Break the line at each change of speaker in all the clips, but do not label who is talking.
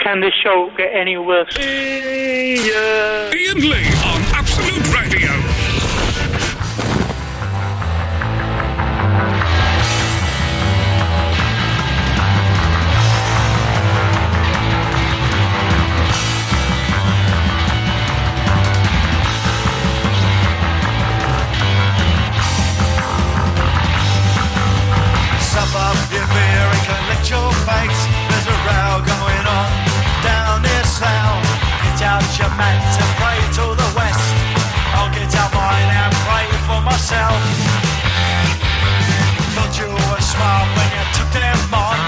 Can the show get any worse? Yeah.
Ian Lee on Absolute Radio.
Sup up your beer and collect your fakes. There's a row going on down this south. Get out your mat and pray to the west. I'll get out mine and pray for myself. Thought you were smart when you took them on,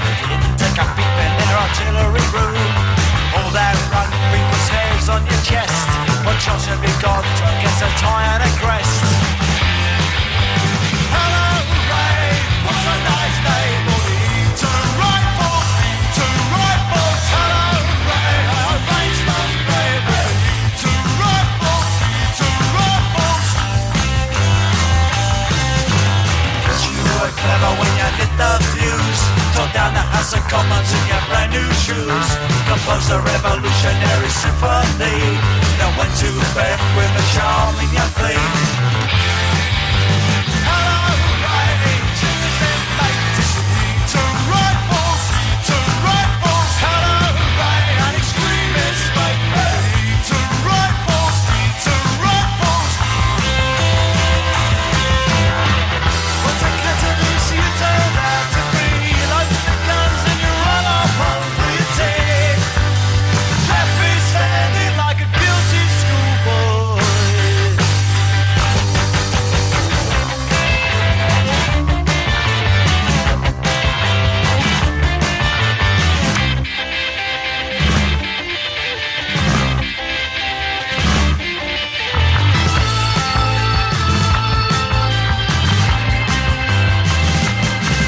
but you didn't take a peep in their artillery room. All that rugby was hairs on your chest. What chance have you got against a tie and a crest? Composed a revolutionary symphony that went to bed with a charming young flea. Standing like a guilty schoolboy.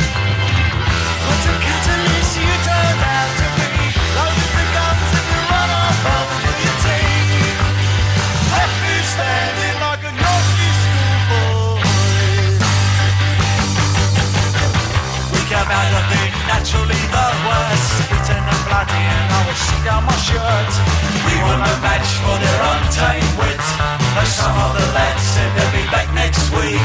What a catalyst you turned out to be. Loaded the guns and you run off after your team. Left me standing like a naughty schoolboy. We came out of it naturally the worst. Beaten and bloody and I was sick down my shirt. We were no match for their untamed wit. Though some of the lads said they'll be back next week.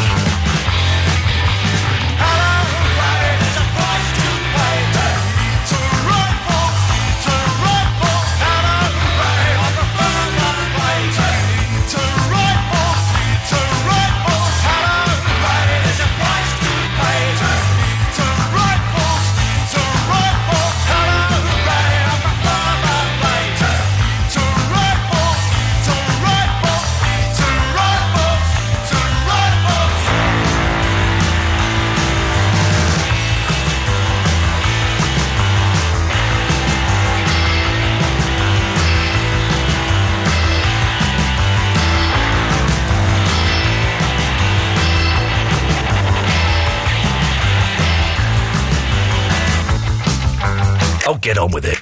Oh, get on with it.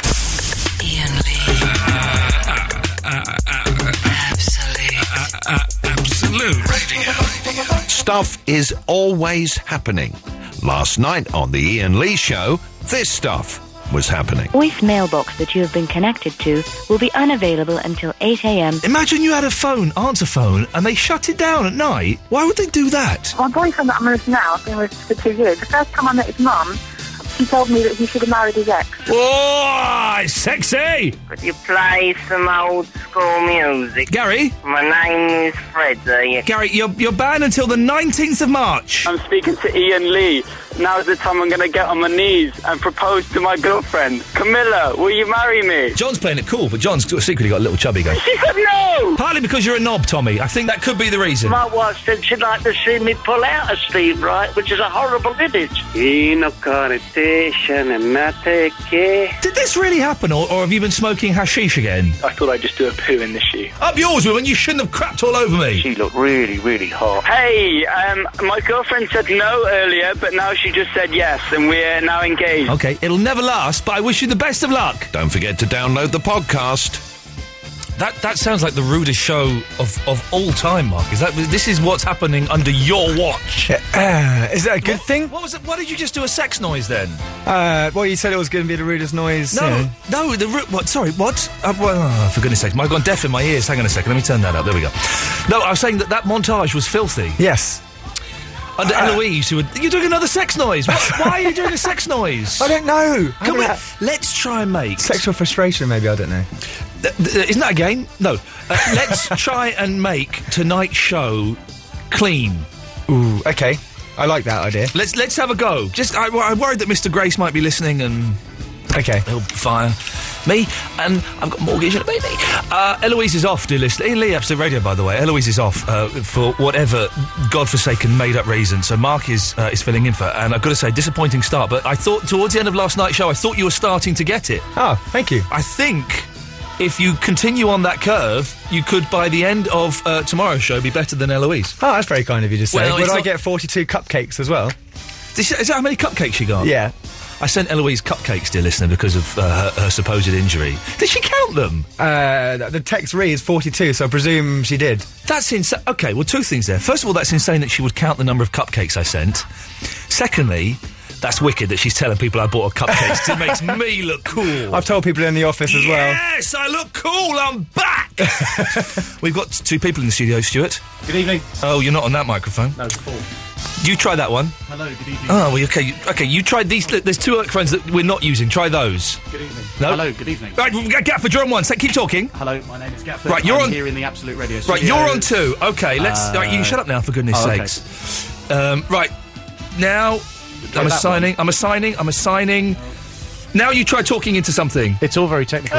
Ian Lee. Absolute.
Absolute Radio.
Stuff is always happening. Last night on the Ian Lee Show, this stuff was happening.
Voice mailbox that you have been connected to will be unavailable until 8 a.m.
Imagine you had a phone, answer phone, and they shut it down at night. Why would they do that?
My boyfriend that I'm with now, I've been with for two years. The first time I met his mum, she told me that he should have married his ex.
Oh, it's sexy!
Could you play some old school music?
Gary?
My name is Freddie.
Gary, you're, you're banned until the 19th of March.
I'm speaking to Ian Lee. Now's the time I'm going to get on my knees and propose to my girlfriend. Camilla, will you marry me?
John's playing it cool, but John's secretly got a little chubby guy.
She said no!
Partly because you're a knob, Tommy. I think that could be the reason.
My wife said she'd like to see me pull out of Steve Wright, which is a horrible image.
Did this really happen, or, or have you been smoking hashish again?
I thought I'd just do a poo in the shoe.
Up yours, woman. You shouldn't have crapped all over me.
She looked really, really hot.
Hey, um, my girlfriend said no earlier, but now she just said yes, and we're now
Oh.
engaged.
Okay, it'll never last, but I wish you the best of luck.
Don't forget to download the podcast.
That that sounds like the rudest show of, of all time, Mark. Is that this is what's happening under your watch?
Uh, Is that a good thing?
What was it? Why did you just do a sex noise then?
Uh, well, you said it was going to be the rudest noise.
No,
you know.
no, the root. What? Sorry, what? Uh, well, oh, for goodness' sake, I've gone deaf in my ears. Hang on a second. Let me turn that up. There we go. No, I was saying that that montage was filthy.
Yes. Uh,
Under Eloise, who would, you're doing another sex noise. What, why are you doing a sex noise?
I don't know.
Can we,
How about-
let's try and make.
Sexual frustration, maybe I don't know.
Th- th- isn't that a game? No. Uh, let's try and make tonight's show clean.
Ooh, okay. I like that idea.
Let's let's have a go. Just I, I'm worried that Mr. Grace might be listening and
Okay.
he'll fire me. And I've got mortgage and a baby. Uh, Eloise is off, dear listener. Ian Lee, Absolute Radio, by the way. Eloise is off uh, for whatever godforsaken made-up reason. So Mark is uh, is filling in for. her. And I've got to say, disappointing start. But I thought towards the end of last night's show, I thought you were starting to get it.
Oh, thank you.
I think. If you continue on that curve, you could, by the end of uh, tomorrow's show, be better than Eloise.
Oh, that's very kind of you to say.
Well,
Would
it's
I
not-
get 42 cupcakes as well?
Is, is that how many cupcakes she got?
Yeah.
I sent Eloise cupcakes, dear listener, because of uh, her, her supposed injury. Did she count them?
Uh, th- the text reads 42, so I presume Mm, she did.
That's insane. Okay, well, two things there. First of all, that's insane that she would count the number of cupcakes I sent. Secondly, that's wicked that she's telling people I bought her cupcakes. 'cause it makes me look cool.
I've told people in the office as well.
Yes, I look cool. I'm back. We've got two people in the studio, Stuart.
Good evening.
Oh, you're not on that microphone.
No, four.
You try that one.
Hello, good evening.
Oh, well, okay. You, okay, you tried these. There's two microphones that we're not using. Try those.
Good evening.
No.
Hello, good evening.
Right, we'll get Gaffer, you're on one. So keep talking.
Hello, my name is Gatford.
Right, you're
I'm
on-
here in the Absolute Radio
Right,
studio.
you're on two. Okay, let's.
Uh,
right, you shut up now, for goodness'
oh, okay.
sakes. Um, right, now I'm
that
assigning. I'm assigning. I'm assigning. Now you try talking into something.
It's all very technical.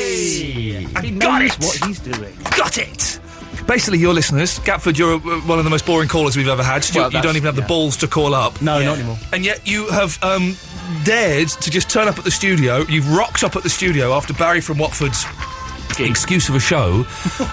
Yes, I got it.
What he's doing.
Got it. Basically, your listeners, Gatford, you're uh, one of the most boring callers we've ever had. Stuart,
Well,
you don't
that's-
even have the
yeah.
balls to call up.
No, not anymore.
And yet you have um, dared to just turn up at the studio. You've rocked up at the studio after Barry from Watford's excuse of a show,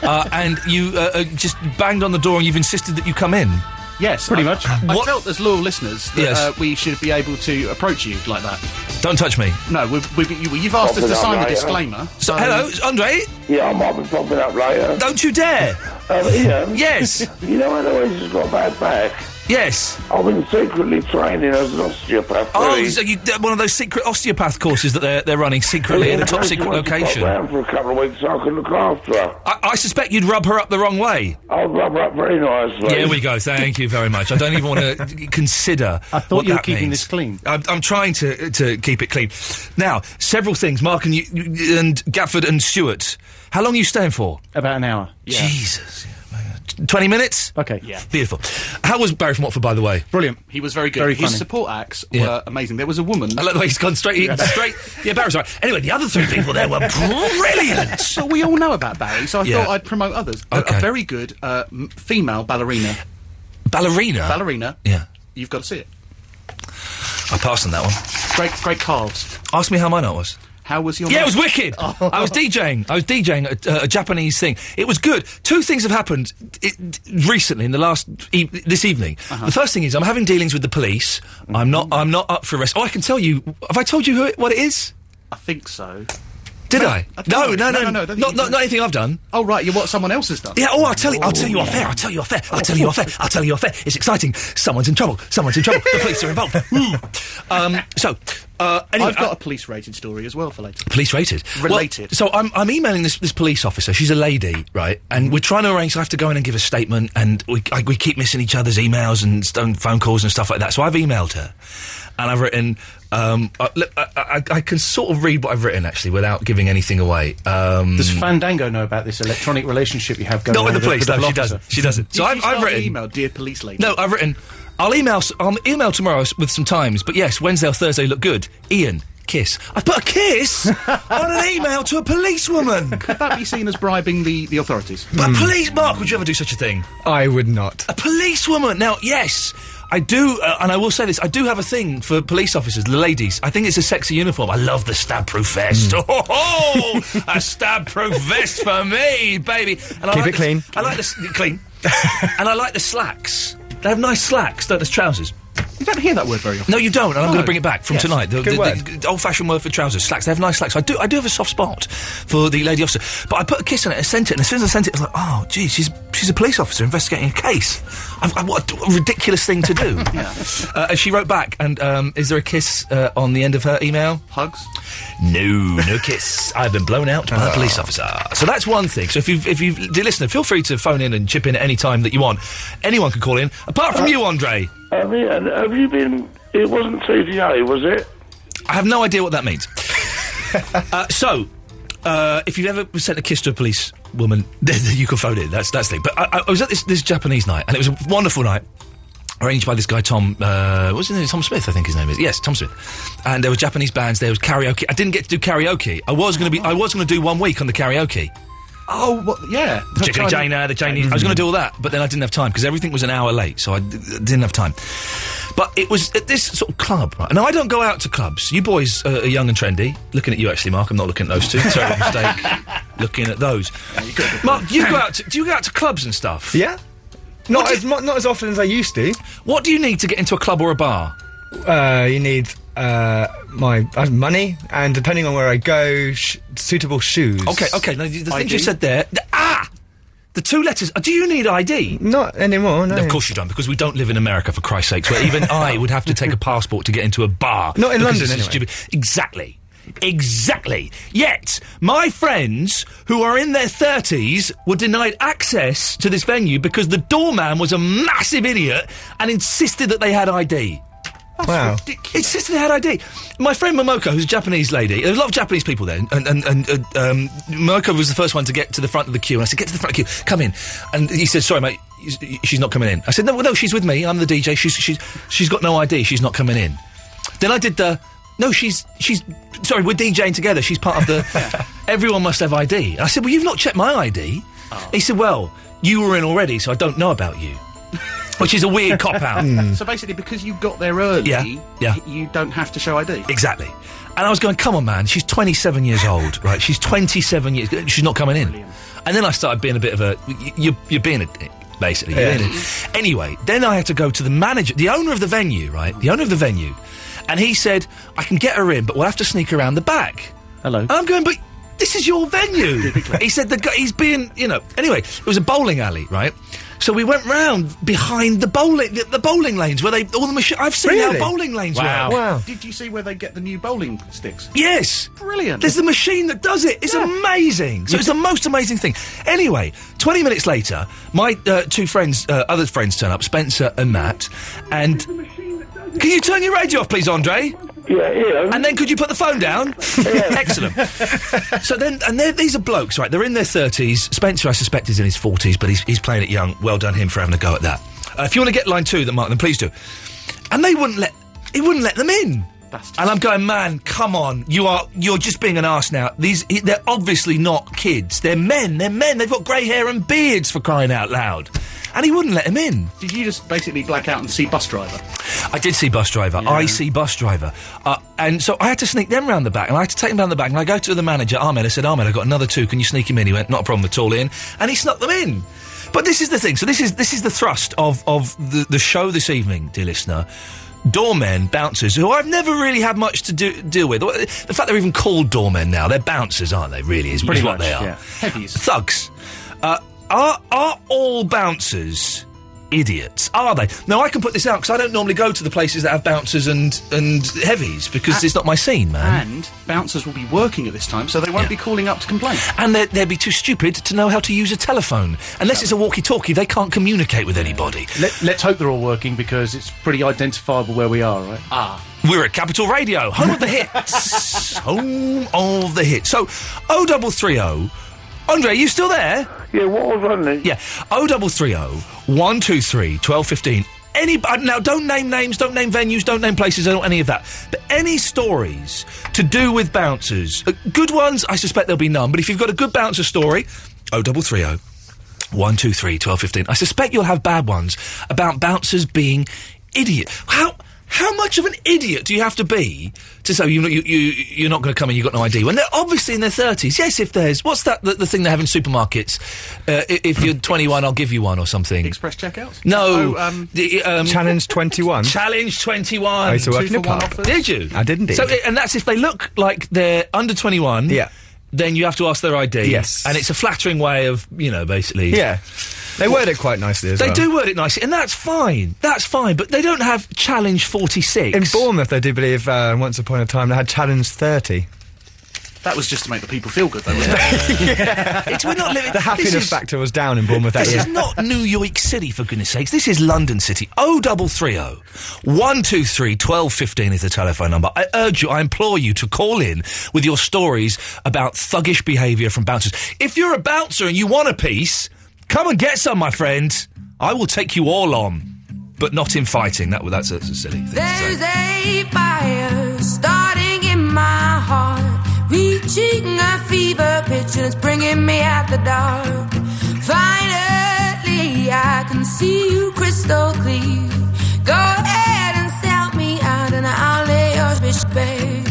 uh, and you uh, uh, just banged on the door and you've insisted that you come in. Uh,
Yes, pretty much. I
What-
felt as loyal listeners that
Yes.
uh, we should be able to approach you like that.
Don't touch me.
No, we've, we've, you, you've asked us to sign a disclaimer. Um,
So, hello, it's Andre.
Yeah, I might be popping up later.
Don't you dare.
Um, Ian,
yes,
you know, I've always just got a bad back.
yes.
I've been secretly training as an osteopath.
Oh,
really.
so you, uh, one of those secret osteopath courses that they're they're running secretly at a top secret
Once you
location.
pop round for a couple of weeks, I can look after her.
I, I suspect you'd rub her up the wrong way.
I'll rub her up very nicely.
There we go. Thank you very much. I don't even want to consider.
I thought
what
you were
that
keeping
means.
this clean.
I'm, I'm trying to uh, to keep it clean. Now, several things. Mark and you, you- and Gafford and Stewart. How long are you staying for?
About an hour. Yeah.
Jesus. Yeah, man. Twenty minutes.
Okay. Yeah.
Beautiful. How was Barry from Watford, by the way?
Brilliant. He was very good.
Very
His
funny.
support acts
Yeah.
were amazing. There was a woman.
I like the way he's gone straight. He, straight. Yeah, Barry's all right. Anyway, the other three people there were brilliant.
But we all know about Barry, so I
Yeah.
thought I'd promote others. A-
Okay.
A very good uh, m- female ballerina.
Ballerina.
Ballerina.
Yeah,
You've got to see it.
I passed on that one.
Great, great calves.
Ask me how my night was.
How was your?
Yeah, it
night? Oh.
was wicked. I was DJing. I was DJing a, a Japanese thing. It was good. Two things have happened it, recently in the last e- this evening.
Uh-huh.
The first thing is I'm having dealings with the police. I'm not. I'm not up for arrest. Oh, I can tell you. Have I told you who it, what it is?
I think so.
Did
No,
I?
I don't know.
No, no,
No, no, no,
no,
I don't think
Not,
you
not,
did.
not anything I've done.
Oh right, you're what someone else has done. Oh,
Yeah, oh, I'll tell you, I'll tell you off air, I'll tell you off air, I'll tell you off air, I'll tell you off air. It's exciting. Someone's in trouble, someone's in trouble, the police are involved. Ooh. Um, so, uh, anyway,
I've got
uh,
a police-rated story as well for later.
police rated.
Related.
Well, so I'm, I'm emailing this, this police officer. She's a lady, right? And we're trying to arrange. So I have to go in and give a statement, and we, I, we keep missing each other's emails and st- phone calls and stuff like that. So I've emailed her, and I've written. Um, I, look, I, I, I can sort of read what I've written actually without giving anything away. Um,
Does Fandango know about this electronic relationship you have going
Not
on
with the police,
with the
no, she
officer?
doesn't. She doesn't. So
Did you
I've- I've
start the
written-
email, dear police lady.
No, I've written. I'll email. s- I'll email tomorrow s- with some times. But yes, Wednesday or Thursday look good. Ian, kiss. I put a kiss on an email to a policewoman.
could that be seen as bribing the, the authorities?
But police, Mark, would you ever do such a thing?
I would not.
A policewoman. Now, yes. I do, uh, and I will say this: I do have a thing for police officers, the ladies. I think it's a sexy uniform. I love the stab-proof vest.
Mm.
Oh, ho, ho! a stab-proof vest for me, baby. And I
Keep
like
it
the-
clean.
I like the s- clean, and I like the slacks. They have nice slacks, don't they? Trousers.
You don't hear that word very often.
No, you don't, and I'm
No.
going to bring it back from
Yes.
tonight. The,
Good word.
old fashioned word for trousers, slacks. They have nice slacks. I do, I do have a soft spot for the lady officer. But I put a kiss on it and sent it, and as soon as I sent it, I was like, oh, geez, she's, she's a police officer investigating a case. I've, I, what a ridiculous thing to do. uh, and she wrote back, and um, is there a kiss uh, on the end of her email?
Hugs? Ah.
No, no kiss. I've been blown out by a police officer. So that's one thing. So if you've, if you've, dear listener, feel free to phone in and chip in at any time that you want. Anyone can call in, apart
Uh,
from you, Andre.
I mean, and have you been? It wasn't TDA, was it?
I have no idea what that means. uh, so, uh, if you've ever sent a kiss to a police woman, you can phone in. That's that's the thing. But I, I was at this, this Japanese night, and it was a wonderful night. Arranged by this guy Tom, uh, what's his name? Tom Smith, I think his name is. Yes, Tom Smith. And there were Japanese bands. There was karaoke. I didn't get to do karaoke. I was going to be. I was going to do one week on the karaoke.
Oh, what? Yeah.
The Chicken uh, China, the Chinese. I was going to do all that, but then I didn't have time because everything was an hour late, so I d- didn't have time. But it was at this sort of club. Right? Now I don't go out to clubs. You boys uh, are young and trendy. Looking at you, actually, Mark. I'm not looking at those two. Terrible mistake. Looking at those. Mark, you go out. To, do you go out to clubs and stuff?
Yeah. Not as mu- not as often as I used to.
What do you need to get into a club or a bar?
Uh, you need uh, my uh, money, and depending on where I go, sh- suitable shoes.
Okay, okay. Now, the the things you said there. th- ah, the two letters. uh, Do you need ID?
Not anymore. No.
Of course you don't, because we don't live in America, for Christ's sakes, where even I would have to take a passport to get into a bar.
Not in
because
London,
it's
anyway.
stupid- Exactly. Exactly. Yet, my friends who are in their 30s were denied access to this venue because the doorman was a massive idiot and insisted that they had ID.
wow.
It's just they had ID. My friend Momoko, who's a Japanese lady, there's a lot of Japanese people there, and, and, and uh, um, Momoko was the first one to get to the front of the queue, and I said, get to the front of the queue, come in. And he said, sorry, mate, y- she's not coming in. I said, no, well, no, she's with me, I'm the DJ, she's, she's, she's got no ID, she's not coming in. Then I did the, no, she's, she's, sorry, we're DJing together, she's part of the, everyone must have ID. And I said, well, you've not checked my ID.
Oh.
He said, well, you were in already, so I don't know about you. Which is a weird cop out.
So basically, because you got there early,
Yeah, yeah.
you don't have to show ID.
Exactly. And I was going, come on, man, she's 27 years old, right? She's 27 years, she's not coming in. And then I started being a bit of a, y- you're, you're being a dick, basically. You're
Yeah.
being a- anyway, then I had to go to the manager, the owner of the venue, right? The owner of the venue. And he said, I can get her in, but we'll have to sneak around the back. Hello. And I'm going, but this is your venue. he said, the guy, he's being, you know. Anyway, it was a bowling alley, right? So we went round behind the bowling, the, the bowling lanes where they, all the machines, I've seen
Really?
how bowling lanes were.
Did you see where they get the new bowling sticks?
Yes.
Brilliant.
There's the machine that does it. It's amazing. So it's the most amazing thing. Anyway, 20 minutes later, my uh, two friends, uh, other friends turn up, Spencer and Matt, and... Can you turn your radio off, please, Andre?
Yeah, yeah.
And then could you put the phone down? Excellent. so then, and they're- these are blokes, right? They're in their 30s. Spencer, I suspect, is in his 40s, but he's, he's playing it young. Well done him for having a go at that. Uh, if you want to get line two, then Mark, then please do. And they wouldn't let, he wouldn't let them in. And I'm going, man, come on! You are you're just being an arse now. These he- they're obviously not kids. They're men. They're men. They've got grey hair and beards for crying out loud. And he wouldn't let him in.
Did you just basically black out and see bus driver?
I did see bus driver. I see bus driver. Uh, and so I had to sneak them round the back, and I had to take them round the back. And I go to the manager, Ahmed. I said, Ahmed, I've got another two. Can you sneak him in? He went, not a problem at all, in. And he snuck them in. But this is the thing. So this is this is the thrust of of the, the show this evening, dear listener. Doormen, bouncers, who I've never really had much to do, deal with. The fact they're even called doormen now, they're bouncers, aren't they? Really, is
Pretty
pretty what
much,
they are.
yeah.
Thugs. Uh, are, are all bouncers idiots? Are they? Now, I can put this out because I don't normally go to the places that have bouncers and, and heavies because
Ah.
it's not my scene, man.
And bouncers will be working at this time, so they won't be calling up to complain.
And they'd, they'd be too stupid to know how to use a telephone. Unless it's a walkie talkie, they can't communicate with anybody.
Let, let's hope they're all working because it's pretty identifiable where we are, right?
Ah. We're at Capital Radio, home of the hits. home of the hits. So, 0330. Andre, are you still there?
Yeah, what was on there?
Yeah, 0330 123 1215. Any, uh, now, don't name names, don't name venues, don't name places, don't any of that. But any stories to do with bouncers, uh, good ones, I suspect there'll be none. But if you've got a good bouncer story, 0330 123 1215. I suspect you'll have bad ones about bouncers being idiot. How How much of an idiot do you have to be to say you, you, you, you're not going to come in, you've got no ID? When they're obviously in their 30s. Yes, if there's. What's that, the, the thing they have in supermarkets? Uh, i- if you're 21, I'll give you one or something.
Express checkouts?
No.
Oh, um,
the, um,
Challenge 21.
Challenge 21.
I used to work in a pub.
Did you?
I did indeed.
So, i- and that's if they look like they're under 21. Yeah. Then you have to ask their ID.
Yes.
And it's a flattering way of, you know, basically.
Yeah. They word it quite nicely as
They
well.
do word it nicely, and that's fine. That's fine, but they don't have challenge 46.
In Bournemouth, I do believe uh, once upon a time they had Challenge 30.
That was just to make the people feel good, though, wasn't
It's, we're not living.
The happiness
this is,
factor was down in Bournemouth that
this
year.
is not New York City, for goodness sakes. This is London City. Oh, 0330 123 1215 is the telephone number. I urge you, I implore you to call in with your stories about thuggish behaviour from bouncers. If you're a bouncer and you want a piece, come and get some, my friend. I will take you all on, but not in fighting. That, that's, that's a silly thing.
There's a fire starting in my heart, reaching a fever pitch, and it's bringing me out the dark. Finally, I can see you crystal clear. Go ahead and sell me out, and I'll lay your bitch bare.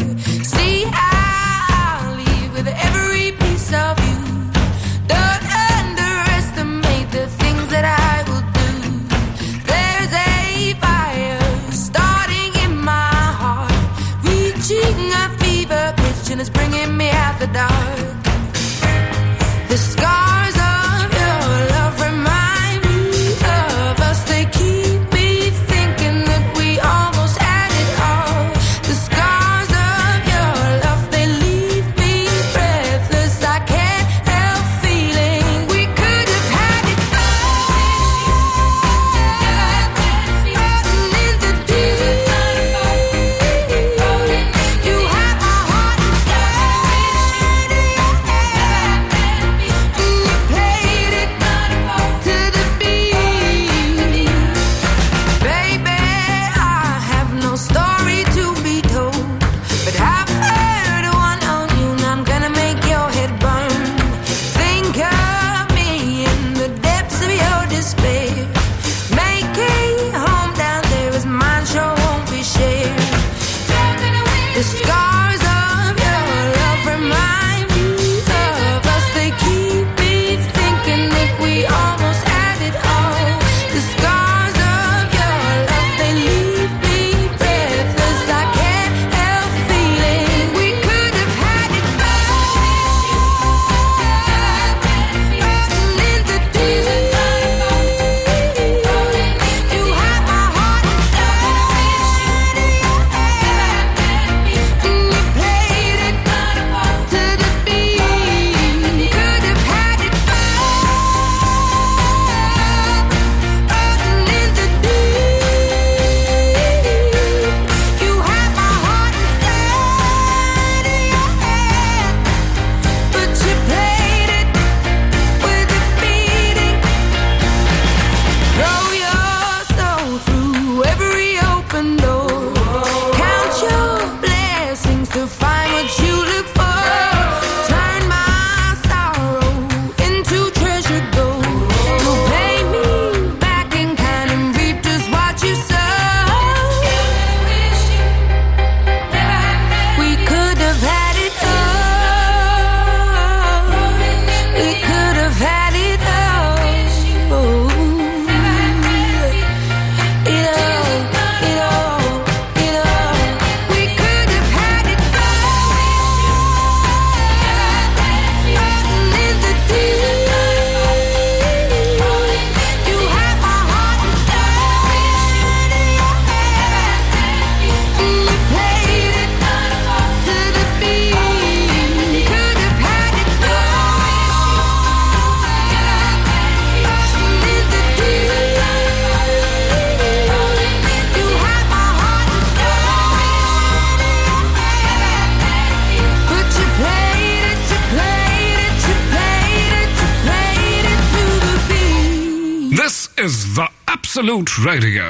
See, I'll leave with every piece of you. Don't underestimate the things that I will do. There's a fire starting in my heart, reaching a fever pitch, and it's bringing me out the dark. The scars of your love remind me of us. They keep me thinking that we almost had it all. The scars of your love they leave me breathless. I can't help feeling we could have had it Think of me in the depths of your despair. Make it home down there is mine, sure won't be shared. The scars of your love remind me of us. They keep me thinking that we almost had it all. The scars of your love, they leave me breathless. I can't help feeling we could have had it all. in the desert. You have my heart and you played it to the beat. Could have had it all, in the deep. You have my heart inside but you played it with a beating. Throw your soul through every open door. Count your blessings to find what you look for. Turn my sorrow into treasure gold. You pay me back in kind and reap just what you sow. We could have had it all. We could have had it all. It all, it all, it all. We could have had it all. in the deep. You have my heart and you played it. To the beat, could have had it all. In the deep, you had my heart inside, but you played it, you played it, you played it, you played it to the beat.
This is the Absolute Radio.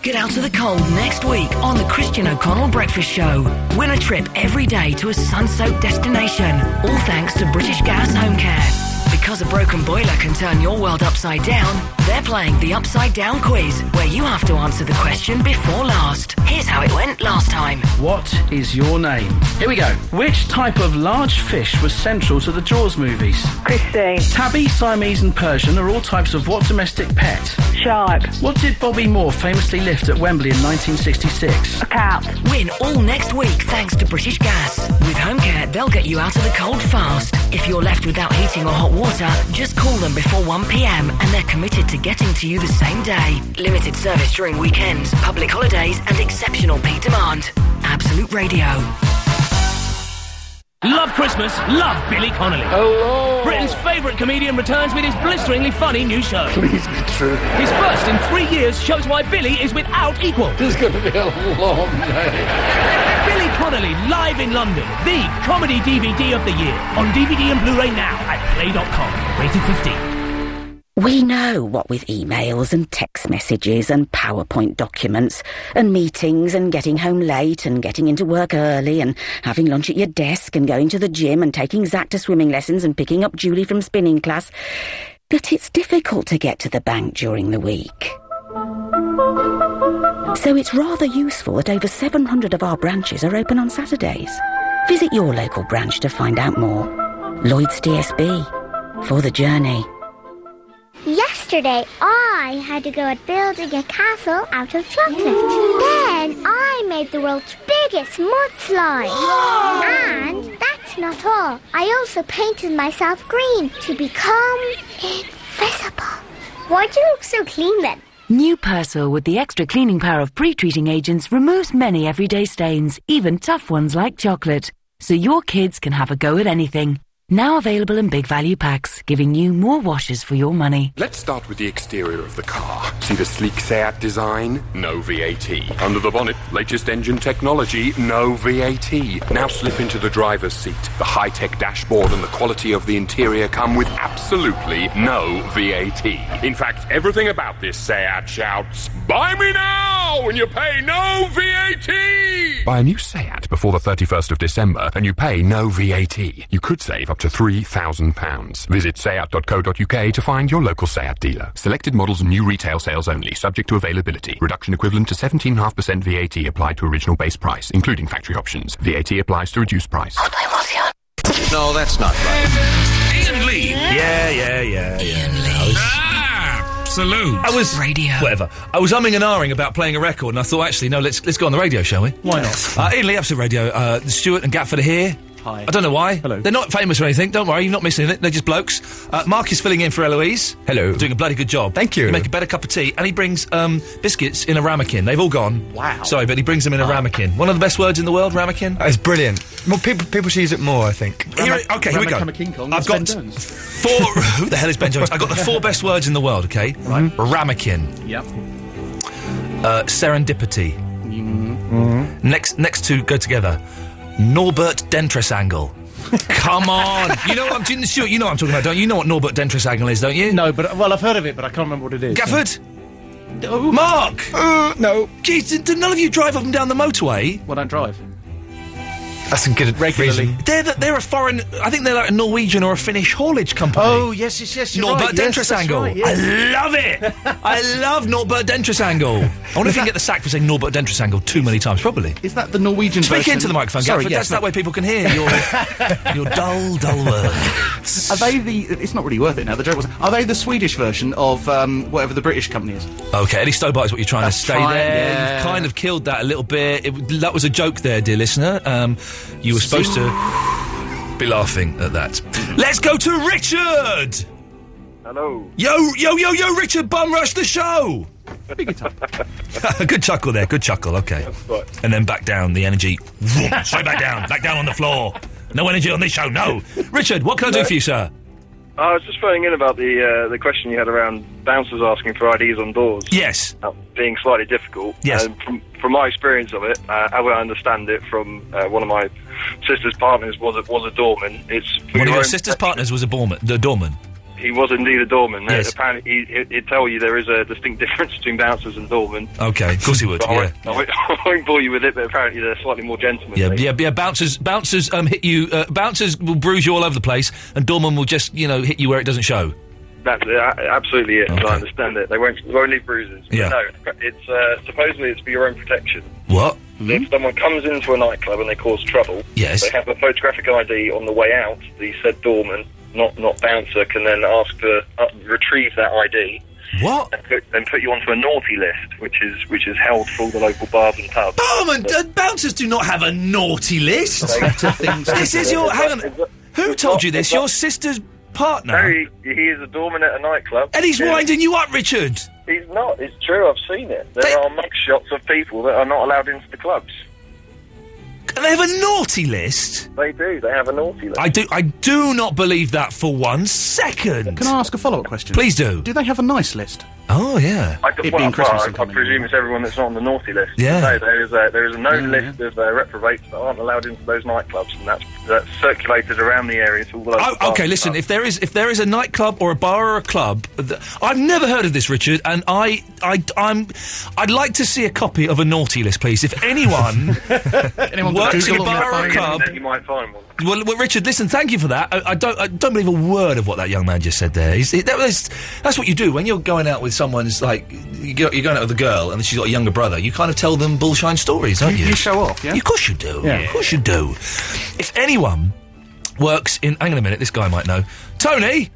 Get out of the cold next week on the Christian O'Connell Breakfast Show. Win a trip every day to a sun soaked destination, all thanks to British Gas Home Care. Because a broken boiler can turn your world upside down, they're playing the Upside Down quiz, where you have to answer the question before last. Here's how it went last time.
What is your name? Here we go. Which type of large fish was central to the Jaws movies? Christine. Tabby, Siamese, and Persian are all types of what domestic pet? Shark. What did Bobby Moore famously lift at Wembley in 1966? A cat.
Win all next week thanks to British Gas. With home care, they'll get you out of the cold fast. If you're left without heating or hot water, just call them before 1 pm and they're committed to getting to you the same day. Limited service during weekends, public holidays, and exceptional peak demand. Absolute Radio.
Love Christmas, love Billy Connolly. Hello. Britain's favourite comedian returns with his blisteringly funny new show. Please be true. His first in three years shows why Billy is without equal. This is going to be a long night. Billy Connolly live in London, the comedy DVD of the year. On DVD and Blu-ray now at play.com. Rated 15.
We know what with emails and text messages and PowerPoint documents and meetings and getting home late and getting into work early and having lunch at your desk and going to the gym and taking Zach to swimming lessons and picking up Julie from spinning class that it's difficult to get to the bank during the week. So it's rather useful that over 700 of our branches are open on Saturdays. Visit your local branch to find out more. Lloyd's DSB. For the journey.
Yesterday, I had to go at building a castle out of chocolate. Then I made the world's biggest mudslide. And that's not all. I also painted myself green to become invisible. Why'd you look so clean then?
New Persil with the extra cleaning power of pre-treating agents removes many everyday stains, even tough ones like chocolate, so your kids can have a go at anything. Now available in big value packs, giving you more washes for your money.
Let's start with the exterior of the car. See the sleek Seat design? No VAT. Under the bonnet, latest engine technology? No VAT. Now slip into the driver's seat. The high tech dashboard and the quality of the interior come with absolutely no VAT. In fact, everything about this Seat shouts, Buy me now! And you pay no VAT! Buy a new Seat before the 31st of December and you pay no VAT. You could save up to £3,000. Visit seat.co.uk to find your local Seat dealer. Selected models and new retail sales only, subject to availability. Reduction equivalent to 17.5% VAT applied to original base price, including factory options. VAT applies to reduced price. No, that's not
Ian Lee. Yeah, yeah, yeah, yeah.
Absolute.
I was radio. Whatever. I was umming and ahhing about playing a record, and I thought, actually, no, let's let's go on the radio, shall we?
Why not?
Uh, Ian Lee, Absolute Radio. Uh, Stuart and Gatford are here. Hi. I don't know why. Hello. They're not famous or anything. Don't worry, you're not missing it. They're just blokes. Uh, Mark is filling in for Eloise. Hello. Doing a bloody good job. Thank you. You make a better cup of tea, and he brings um, biscuits in a ramekin. They've all gone. Wow. Sorry, but he brings them in a ramekin. One of the best words in the world, ramekin.
It's brilliant. More people, people should use it more, I think.
Here- okay, here we go. I've got four. who the hell is Ben Jones? I've got the four best words in the world. Okay, right. Ramekin,
Yep.
uh, serendipity. Next, next two go together. Norbert Dentris angle. Come on, you know what I'm doing, Stuart. You know what I'm talking about, don't you? You know what Norbert Dentris angle is, don't you? No, but well, I've heard of it, but I can't remember what it is. Gafford, Mark, no. Jeez, do- do none of you drive up and down the motorway? Well, I don't drive.
That's some good regularly. Reason.
They're the, they're a foreign. I think they're like a Norwegian or a Finnish haulage company.
Oh yes, yes, yes. You're
Norbert
right. yes,
Dentris
that's
angle.
right, yes.
I love it. I love Norbert Dentris angle. I wonder if you can get the sack for saying Norbert Dentris angle too many times. Probably.
Is that the Norwegian?
Speak
version?
into the microphone,
Sorry,
Gafford.
yes,
That's that way people can hear your your dull, dull words.
Are they the? It's not really worth it now. The joke was. Are they the Swedish version of um, whatever the British company is?
Okay, Eddie Stobart is what you're trying to stay
right,
there.
yeah.
You've kind of killed that a little bit. It, w- that was a joke there, dear listener. Um, you were supposed to be laughing at that. Let's go to Richard.
Hello.
Yo, yo, yo, yo, Richard, bum rush the show. good chuckle there, good chuckle, okay. And then back down, the energy. Straight back down, back down on the floor. No energy on this show, no. Richard, what can I do
No.
for you, sir?
I was just phoning in about the uh, the question you had around bouncers asking for IDs on doors.
Yes.
That being slightly difficult.
Yes.
And from, from my experience of it, uh, how I understand it from uh, one of my sister's partners was a, was a doorman. It's for
One of
your
your
own-
sister's partners was a doorman. The doorman.
he was indeed a doorman. There-
Yes.
Apparently, he, it, it tell you there is a distinct difference between bouncers and doormen.
Okay, of course he would.
But I,
Yeah.
won't, I, won't, I won't bore you with it, but apparently they're slightly more gentlemen.
Yeah, yeah, yeah. Bouncers, bouncers, um, hit you. Uh, bouncers will bruise you all over the place, and Dorman will just, you know, hit you where it doesn't show.
That's uh, absolutely it. as I understand it. They won't, they won't leave bruises. But
Yeah.
No, it's uh, supposedly it's for your own protection.
What?
If someone comes into a nightclub and they cause trouble,
Yes.
they have a photographic ID on the way out. The said doorman, not not bouncer, can then ask to uh, retrieve that ID.
What?
And put, and put you onto a naughty list, which is which is held for all the local bars and pubs.
Dorman, uh, bouncers do not have a naughty list. this is your. Hang on. Who told you this? Your sister's partner.
No, he, he is a doorman at a nightclub.
And he's
Yeah.
winding you up, Richard.
He's not. It's true. I've seen it. There are mugshots of people that are not allowed into the clubs.
And they have a naughty list.
They do. They have a naughty list.
I do. I do not believe that for one second.
Can I ask
a follow-up question? Please do. Do
they have a nice list?
Oh yeah.
I, well, well, I, I presume it's everyone that's not on the naughty list.
Yeah.
No, there is a, there is a known list of uh, reprobates that aren't allowed into those nightclubs, and that's that's circulated around the area to all the local
Oh, okay,
bars.
listen. If there is if there is a nightclub or a bar or a club, th- I've never heard of this, Richard. And I I I'm I'd like to see a copy of a naughty list, please. If anyone
Anyone
works
can
in a bar or a
find
club,
it, then you might find one.
well, well, Richard, listen. Thank you for that. I, I don't I don't believe a word of what that young man just said there. He's, he- that was that's what you do when you're going out with someone's like you go, you're going out with a girl and she's got a younger brother. You kind of tell them bullshine stories, don't you?
You show off, yeah?
Of course you do.
Yeah.
Of course you do. If anyone works in. Hang on a minute, this guy might know. Tony?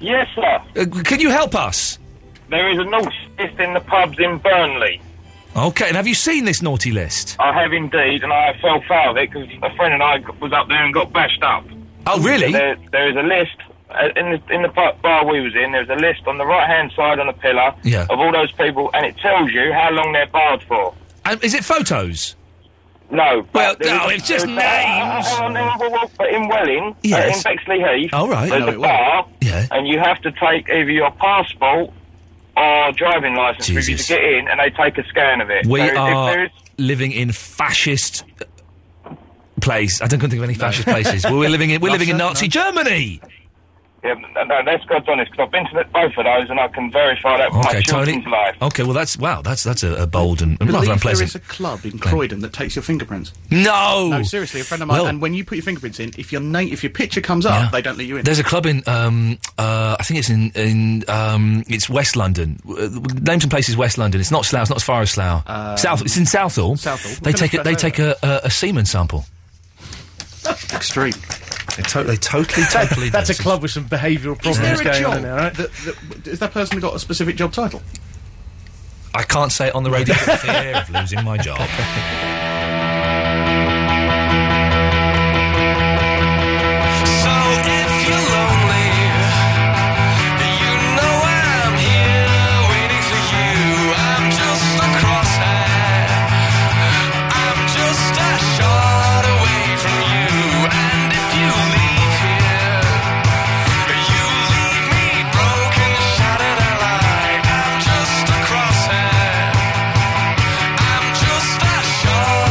Yes, sir.
Uh, can you help us?
There is a naughty list in the pubs in Burnley.
Okay, and have you seen this naughty list?
I have indeed, and I fell foul of it because a friend and I g- was up there and got bashed up.
Oh, really?
There, there is a list uh, in the, in the pub- bar we was in. There's a list on the right hand side on the pillar
Yeah.
of all those people, and it tells you how long they're barred for.
And is it photos?
No.
Well,
There
no,
is-
it's just
there is-
names.
Uh, hang on, hang on, well, but in Welling,
Yes.
uh, in Bexley Heath,
All right.
there's
No,
a
it won't.
bar, and you have to take either your passport or driving license with you to get in, and they take a scan of it.
We
So if there
are
is-
living in fascist uh, place. I don't think of any fascist places. Well, we're living in we're living in Nazi Germany.
Yeah, no, no, that's God's honest, because I've been to the- both of those, and I can verify that with my
Okay,
children's
Tony.
life.
Okay, well that's wow, that's that's a, a bold and rather
Believe there
unpleasant.
is a club in Croydon that takes your fingerprints.
No,
no, seriously, a friend of mine.
Well-
and when you put your fingerprints in, if your name, if your picture comes up,
Yeah.
they don't let you in.
There's a club in, um, uh, I think it's in, in um, it's West London. Uh, name some places West London. It's not Slough. It's not as far as Slough.
Um,
Uh, South. It's in Southall.
Southall.
They
We're
take a,
gonna
they
straight
take a, a, a semen sample.
Extreme.
They, to- they totally, totally.
That's a
do.
club with some behavioural
Is
problems
there a
going
job?
on there, right?
that, that, has that person got a specific job title?
I can't say it on the radio for fear of losing my job.
So if you're lonely, you know I'm here waiting for you. I'm just a crosshair. I'm just a shot away from you. And if you leave here, you leave me broken, shattered alike. I'm just a crosshair. I'm just a shot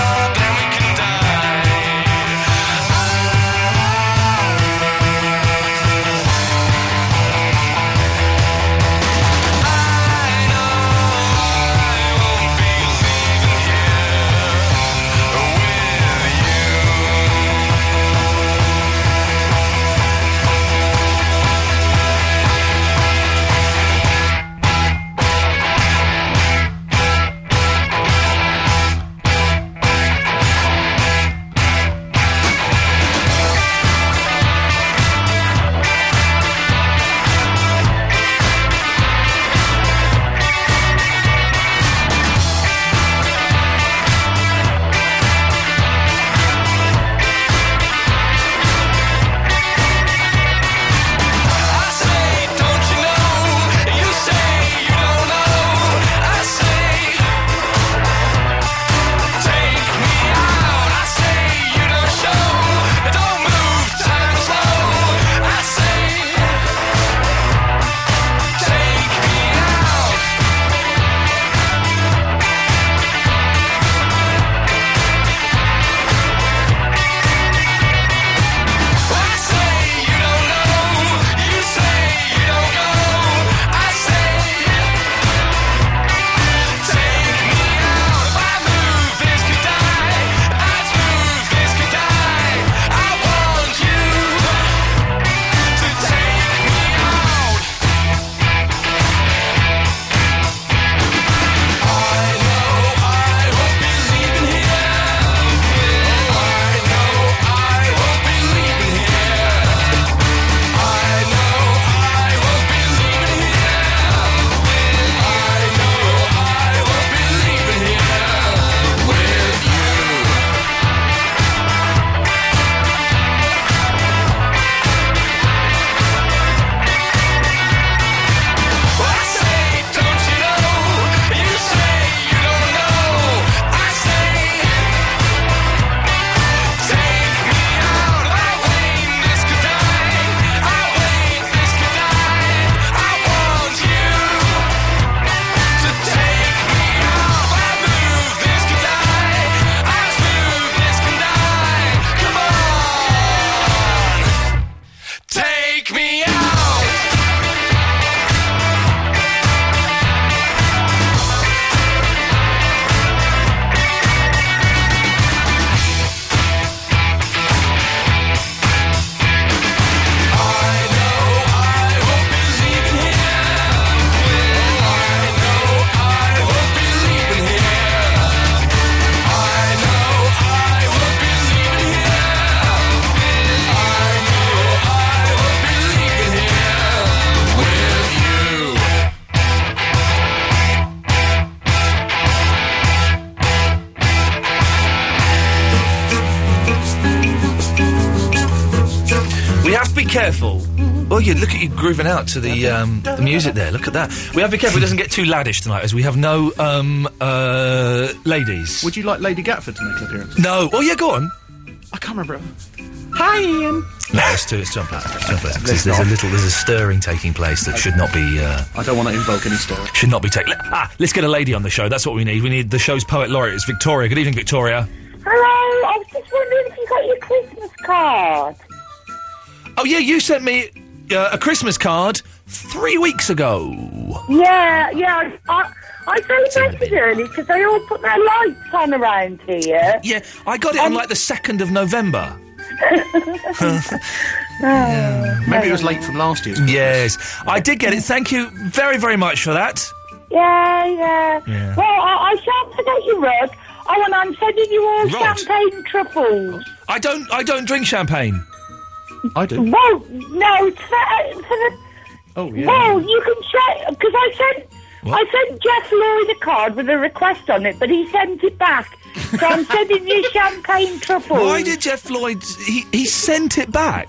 Well, you Oh, look at you grooving out to the um, the music there. Look at that. We have to be careful it doesn't get too laddish tonight, as we have no um, uh, ladies. Would
you like Lady Gatford to make an appearance?
No. Oh yeah, go on.
I can't remember. Hi, Ian.
No, it's too it's too unpleasant. It's too unpleasant. There's, there's a little there's a stirring taking place that should not be. Uh,
I don't want to invoke any story.
Should not be taken. Ah, let's get a lady on the show. That's what we need. We need the show's poet laureate. It's Victoria. Good evening, Victoria.
Hello, I was just wondering if you got your Christmas card.
Oh yeah, you sent me uh, a Christmas card three weeks ago.
Yeah, yeah, I, I celebrated early because they all put their lights on around here.
Yeah, I got it on like the second of November.
Oh,
Maybe it was late from last year.
Yes, I did get it. Thank you very very much for that.
Yeah, yeah.
Yeah.
Well, I, I shan't forget you, Rod. Oh, and I'm sending you all
Rod.
champagne truffles.
I don't I don't drink champagne. I do.
Well, no, it's for, uh, for the.
Oh
Well, you can check because I sent I sent Jeff Lloyd a card with a request on it, but he sent it back. So I'm sending you champagne truffles.
Why did Jeff Lloyd? He he sent it back.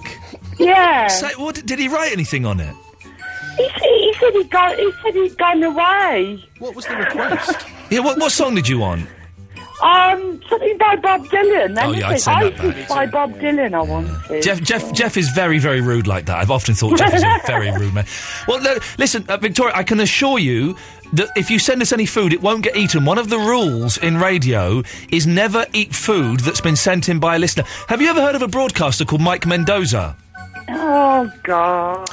Yeah.
Say, what did he write anything on it?
He, s- he said he got. He said he'd gone away.
What was the request?
Yeah. What what song did you want?
um, something by Bob Dylan.
Oh, yeah, I'd
anything.
send that back.
Isis by Bob Dylan. I wanted.
Jeff, Jeff, Jeff is very, very rude like that. I've often thought Jeff is a very rude man. Well, no, listen, uh, Victoria, I can assure you that if you send us any food, it won't get eaten. One of the rules in radio is never eat food that's been sent in by a listener. Have you ever heard of a broadcaster called Mike Mendoza?
Oh God.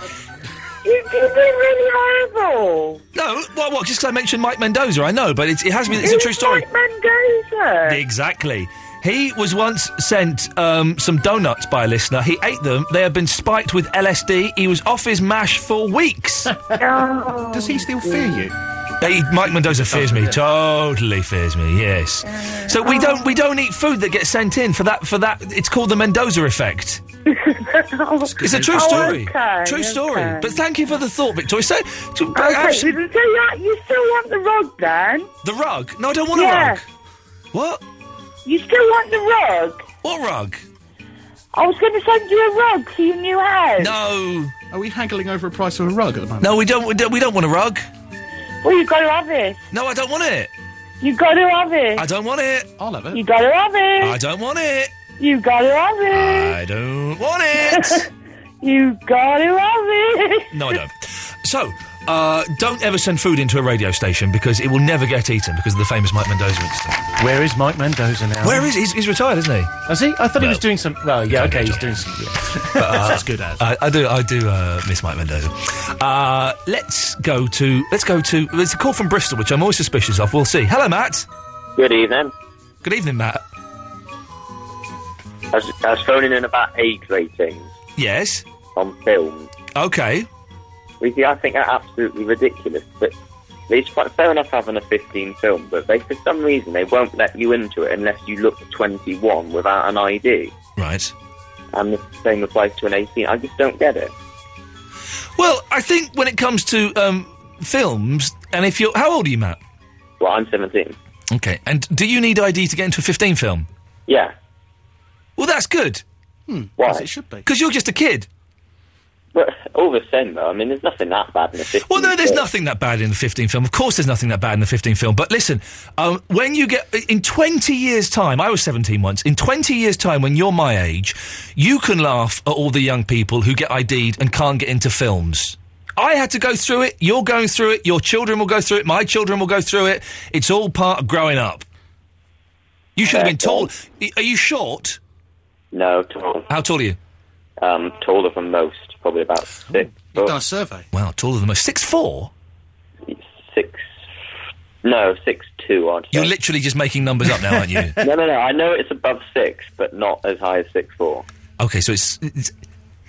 You did it really horrible.
No, well, what? Just because I mentioned Mike Mendoza, I know, but it's, it has been. It's a true story.
Mendoza.
Exactly. He was once sent um, some donuts by a listener. He ate them. They had been spiked with LSD. He was off his mash for weeks.
Does he still fear you?
Hey, Mike Mendoza fears
Oh,
me. Totally fears me. Yes. So we don't we don't eat food that gets sent in for that for that. It's called the Mendoza effect. It's a true
Oh,
story.
okay,
true story.
okay.
But thank you for the thought, Victoria. So, uh, to,
Okay,
perhaps-
so you, you still want the rug, Dan?
The rug? No, I don't want a
yeah.
rug. What?
You still want the rug?
What rug?
I was going to send you a rug to your new house.
No.
Are we haggling over a price of a rug at the moment?
No, we don't. We don't, we don't want a rug.
Well, you got to have it.
No, I don't want it.
You got to have it.
I don't want it. I'll have
You got to have it.
I don't want it.
You got to have it.
I don't want it.
you got to have it.
No, I don't. So, uh, don't ever send food into a radio station because it will never get eaten because of the famous Mike Mendoza incident.
Where is Mike Mendoza now?
Where is he's, he's retired, isn't he?
Is he? I thought he
No.
was doing some. Well, yeah, okay, he's doing some.
But, uh,
That's good as.
I, I do. I do uh, miss Mike Mendoza. Uh, let's go to. Let's go to. There's a call from Bristol, which I'm always suspicious of. We'll see. Hello, Matt.
Good evening.
Good evening, Matt.
I was, I was phoning in about age ratings
Yes.
on films.
Okay.
We see, I think they're absolutely ridiculous, but it's quite fair enough having a 15 film, but they, for some reason, they won't let you into it unless you look 21 without an ID.
Right.
And the same applies to an 18. I just don't get it.
Well, I think when it comes to um, films, and if you're, how old are you, Matt?
Well, I'm 17.
Okay. And do you need ID to get into a 15 film?
Yeah.
Well, that's good.
Why?
Because you're just a kid.
But all the same, though, I mean, there's nothing that bad in a 15
Well, no, there's
film.
nothing that bad in the 15 film. Of course, there's nothing that bad in the 15 film. But listen, um, when you get in 20 years' time, I was 17 once. In 20 years' time, when you're my age, you can laugh at all the young people who get ID'd and can't get into films. I had to go through it. You're going through it. Your children will go through it. My children will go through it. It's all part of growing up. You should have been tall. Are you short?
No, tall.
How tall are you?
Um, taller than most, probably about six. foot.
done a survey.
Wow, taller than most. Six four.
No, six two. I'd
You're literally just making numbers up now, aren't you?
no, no, no. I know it's above six, but not as high as six four.
Okay, so it's it's,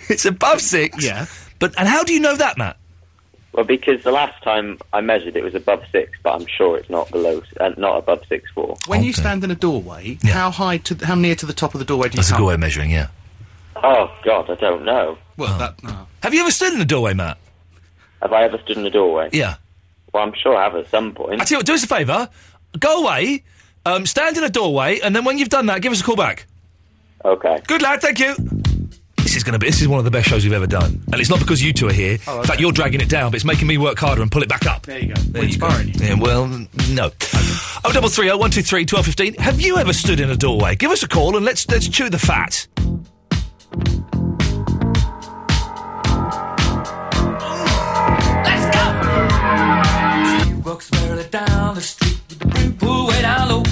it's above six. Yeah. But and how do you know that, Matt?
Well, because the last time I measured, it was above six, but I'm sure it's not below, uh, not above six four.
When you stand in a doorway, how high to how near to the top of the doorway do you
That's a
come?
good way of measuring, yeah.
Oh God, I don't know.
Well,
that.
Oh. Have you ever stood in a doorway, Matt?
Have I ever stood in a doorway?
Yeah.
Well, I'm sure I have at some point.
I tell you what, do us a favour. Go away, um, stand in a doorway, and then when you've done that, give us a call back.
Okay.
Good lad, thank you. This is going to be. This is one of the best shows we've ever done, and it's not because you two are here.
Oh,
In fact,
okay.
you're dragging it down, but it's making me work harder and pull it back up.
There you go. We're
you go.
inspiring you.
Yeah, well, n- no. Oh, double three oh one two three twelve fifteen. Have you ever stood in a doorway? Give us a call and let's let's chew the fat.
She walks merrily down the street with the brim pulled way down low.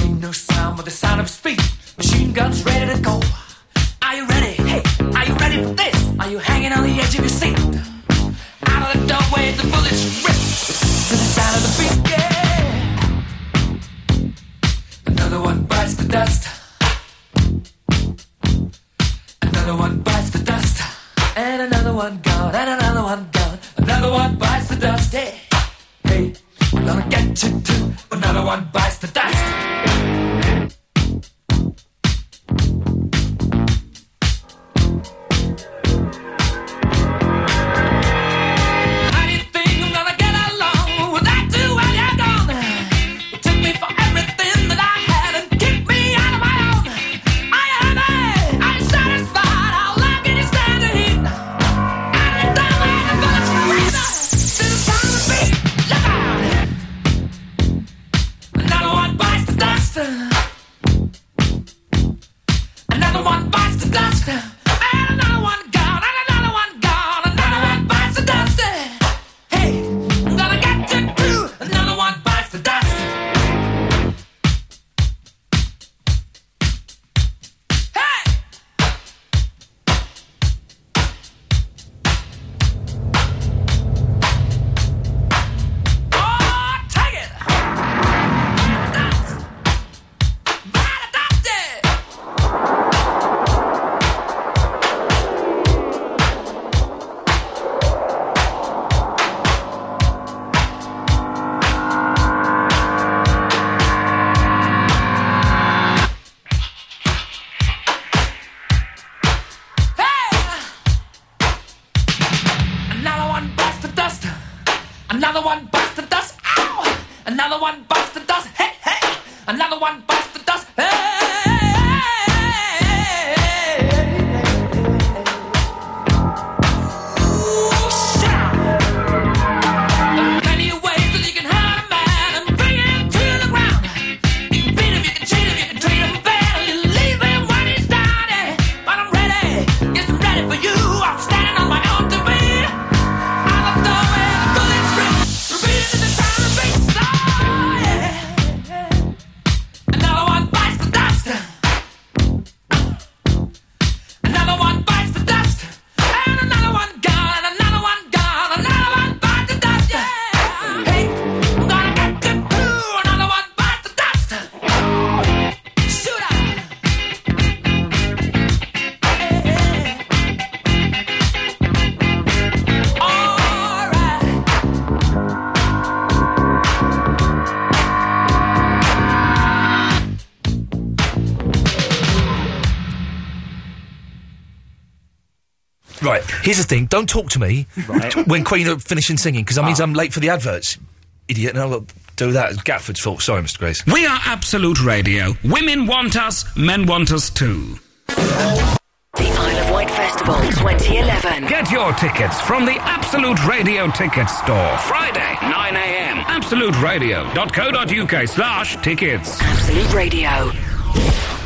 Ain't no sound but the sound of his feet. Machine guns ready to go. Are you ready? Hey, are you ready for this? Are you hanging on the edge of your seat? Out of the doorway, the bullets rip to the sound of the beat. Yeah. Another one bites the dust. Another one bites the dust. And another one gone, and another one gone. Another one bites the dust. Hey, hey, I'm gonna get you too. Another one bites the dust. How do you think I'm gonna get along without you while you're gone? You took me for everything that I had and kicked me out of my own. Are you happy? Are you satisfied? How long can you stand the heat? Another one bites the dust. Another one bites the dust. And another one gone. And another one gone. Another one bites the dust. Hey, I'm gonna get you too. Another one bites the dust. Hey! Oh, take it! Another one bites the dust. Another one bites the dust. Ow! Another one bites the dust. Hey, hey! Another one bites the dust. Hey! Ooh, shout! There are many ways that you can hurt a man and bring him to the ground. You can beat him, you can cheat him, you can treat him bad, or you leave him when he's down. eh? But I'm ready. Yes, I'm ready for you. I'm standing on my own to be. Another one bites the dust. Another one bites the dust. And another one gone. And another one gone. Another one bites the dust. Yeah. Hey, I'm gonna get you too. Another one bites the dust. Shoot up.
Right. Here's the thing. Don't talk to me when Queen are finishing singing because that means I'm late for the adverts. Idiot. And I'll do that. It's Gatford's fault. Sorry, Mr. Grace.
We are Absolute Radio. Women want us, men want us too.
Isle of Wight Festival 2011.
Get your tickets from the Absolute Radio ticket store. Friday, 9 a.m. AbsoluteRadio.co.uk slash tickets.
Absolute Radio.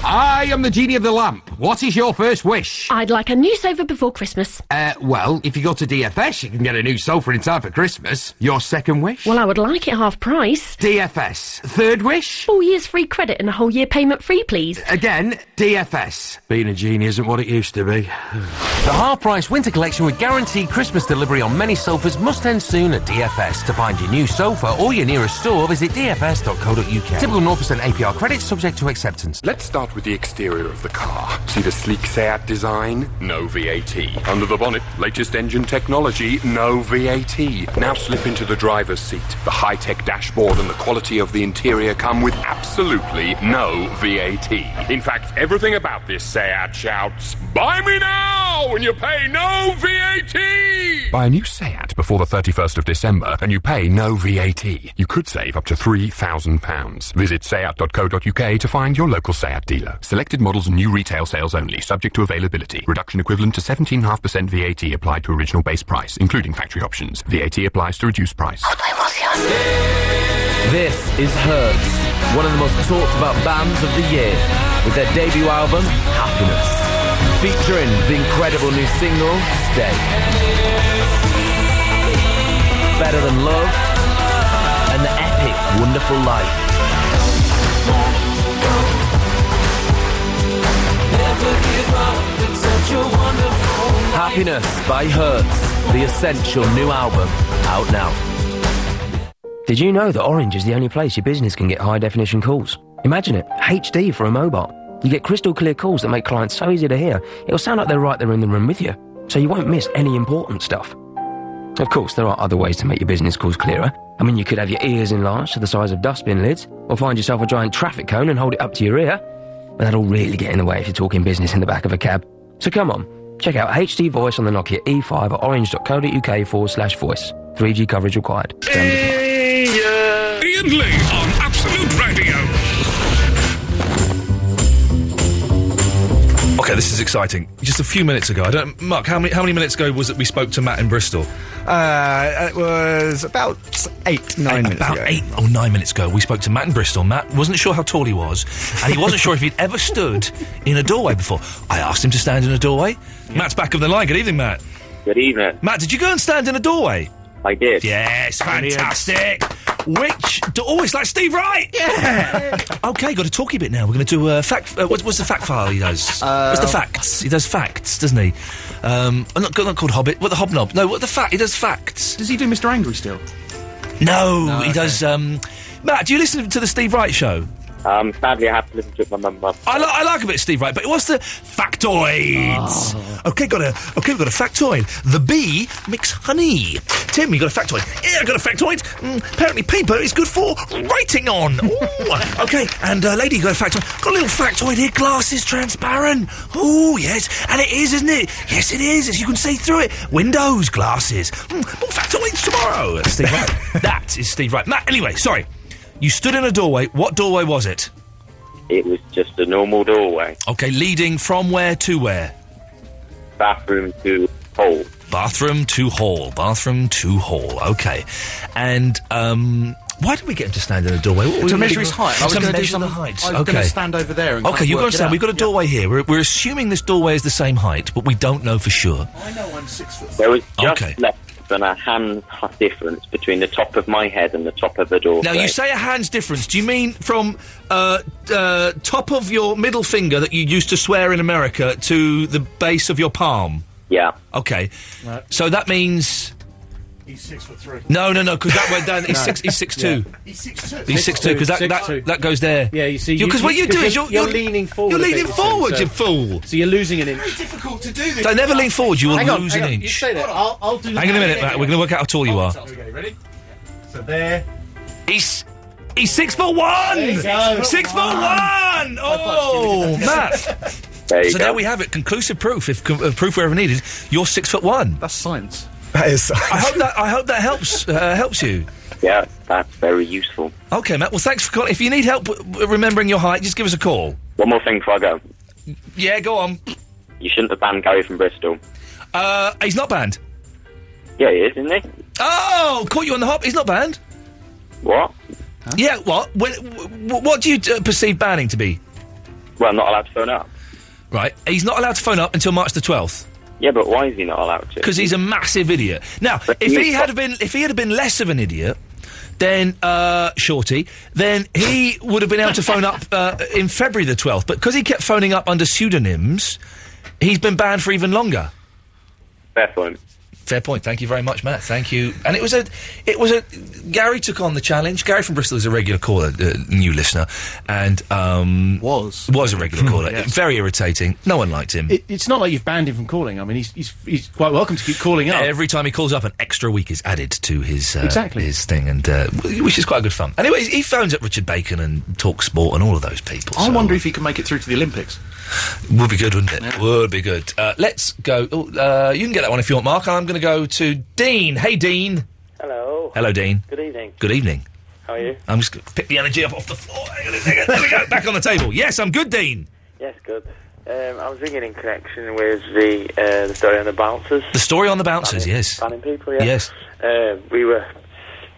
I am the genie of the lamp. What is your first wish?
I'd like a new sofa before Christmas.
Uh, well, if you go to DFS, you can get a new sofa in time for Christmas. Your second wish?
Well, I would like it half price.
DFS. Third wish?
Four years free credit and a whole year payment free, please.
Again, DFS.
Being a genie isn't what it used to be. the half price winter collection with guaranteed Christmas delivery on many sofas must end soon at DFS. To find your new sofa or your nearest store, visit dfs.co.uk. Typical 0% APR credit subject to acceptance.
Let's start with the exterior of the car. See the sleek Seat design? No VAT. Under the bonnet, latest engine technology? No VAT. Now slip into the driver's seat. The high tech dashboard and the quality of the interior come with absolutely no VAT. In fact, everything about this Seat shouts, Buy me now! And you pay no VAT! Buy a new Seat before the 31st of December and you pay no VAT. You could save up to £3,000. Visit seat.co.uk to find your local Seat dealer. Selected models and new retail sales only, subject to availability. Reduction equivalent to 17.5% VAT applied to original base price, including factory options. VAT applies to reduced price.
This is Herbs, one of the most talked about bands of the year, with their debut album, Happiness, featuring the incredible new single, Stay. Better Than Love, and the epic Wonderful Life. Happiness by Hertz, the essential new album, out now.
Did you know that Orange is the only place your business can get high definition calls? Imagine it HD for a mobile. You get crystal clear calls that make clients so easy to hear, it'll sound like they're right there in the room with you, so you won't miss any important stuff. Of course, there are other ways to make your business calls clearer. I mean, you could have your ears enlarged to the size of dustbin lids, or find yourself a giant traffic cone and hold it up to your ear. But that'll really get in the way if you're talking business in the back of a cab. So come on, check out HD Voice on the Nokia E5 at orange.co.uk forward slash voice. 3G coverage required.
Ian Lee on Absolute Radio.
Okay, this is exciting. Just a few minutes ago, I don't, Mark, how many how many minutes ago was it we spoke to Matt in Bristol?
Uh, it was about eight, nine minutes
About
ago.
eight or nine minutes ago, we spoke to Matt in Bristol. Matt wasn't sure how tall he was, and he wasn't sure if he'd ever stood in a doorway before. I asked him to stand in a doorway. Matt's back of the line. Good evening, Matt.
Good evening.
Matt, did you go and stand in a doorway?
I did.
Yes, fantastic. Which do- oh, it's like Steve Wright. Yeah. okay, got a talky bit now. We're going to do a fact. Uh, what's, what's the fact file he does? what's the facts? He does facts, doesn't he? Um, I'm not, not called Hobbit. What the Hobnob? No, what the fact? He does facts. Does he do Mr. Angry still? No, he does. Um, Matt, do you listen to the Steve Wright show?
Um, sadly, I have to listen to it with my mum. mum.
I, li- I like a bit of Steve Wright, but it was the factoids. Okay, got a okay. We've got a factoid. The bee makes honey. Tim, you got a factoid. Yeah, I got a factoid. Mm, apparently, paper is good for writing on. Ooh. okay, and uh, lady, you got a factoid. Got a little factoid here. Glass is transparent. Oh yes, and it is, isn't it? Yes, it is. As you can see through it. Windows, glasses. Mm, more factoids tomorrow. That's Steve Wright. that is Steve Wright. Matt. Anyway, sorry. You stood in a doorway. What doorway was it?
It was just a normal doorway.
Okay, leading from where to where?
Bathroom to hall.
Bathroom to hall. Bathroom to hall. Okay. And um, why did we get him to stand in a doorway? What-
to
we-
measure his height. I was
To
gonna do
measure
some-
the height.
I was
okay.
going to stand over there. And kind
okay,
of
you've got
work
to
it
stand.
out.
We've got a doorway here. We're, we're assuming this doorway is the same height, but we don't know for sure.
I know I'm six foot.
There was just
Okay.
less than a hand difference between the top of my head and the top of the door.
Now, you say a hand's difference. Do you mean from uh, uh, top of your middle finger that you used to swear in America to the base of your palm?
Yeah.
Okay.
Right.
So that means.
He's six foot three.
No, no, no, because that went down. He's
No.
six. He's six
Yeah.
two.
He's six two.
He's six two because that,
Six
that,
two.
that goes there.
Yeah, you see, you-
Because what
you-
you do
'cause
is you're,
you're leaning forward
You're
a bit,
leaning
you see,
forward,
so-
you fool.
So you're losing an inch.
difficult to do this.
Don't ever lean forward. You will
Hang on,
lose
hang
an
on,
inch.
You say that. I'll, I'll do
Hang on a minute, Matt. We're going to work out how
Oh,
tall you are.
Okay, ready? So there.
He's he's six foot one.
There you go.
Six foot one. Oh, Matt.
There you
so
go.
there we have it. Conclusive proof, if co- uh, proof were ever needed. You're six foot one. That's science.
That is.
I hope that I hope that helps uh, helps you.
Yeah, that's very useful.
Okay, Matt. Well, thanks for calling. If you need help w- w- remembering your height, just give us a call.
One more thing before I go.
Yeah, go on.
You shouldn't have banned Gary from Bristol.
Uh, he's not banned.
Yeah, he is, isn't he?
Oh, caught you on the hop. He's not banned.
What?
Yeah, what? When, w- what do you uh, perceive banning to be?
Well, not allowed to phone up.
Right, he's not allowed to phone up until March the twelfth
Yeah, but why is he not allowed to?
because he's a massive idiot. Now, if he had have been, if he had have been less of an idiot, then uh, Shorty, then he would have been able to phone up uh, in February the twelfth. But because he kept phoning up under pseudonyms, he's been banned for even longer.
Fair point.
Fair point. Thank you very much, Matt. Thank you. And it was a, it was a. Gary took on the challenge. Gary from Bristol is a regular caller, uh, new listener, and um, was was a regular caller.
Yes.
Very irritating. No one liked him.
It, it's not like you've banned him from calling. I mean, he's, he's, he's quite welcome to keep calling up.
Every time he calls up, an extra week is added to his uh,
Exactly.
his thing, and uh, which is quite good fun. Anyway, he phones up Richard Bacon and talks sport and all of those people.
I
so-
wonder if he can make it through to the Olympics.
Would be good, wouldn't it? Would be good. Uh, let's go. Oh, uh, you can get that one if you want, Mark. I'm going to go to Dean. Hey, Dean.
Hello.
Hello, Dean.
Good evening.
Good evening.
How are you?
I'm just going to pick the energy up off the floor. Hang on a second. there we go. Back on the table. Yes, I'm good, Dean.
Yes, good. Um, I was ringing in connection with the uh, the story on the bouncers.
The story on the bouncers, yes.
Banning people, yeah.
Yes.
Uh, we were.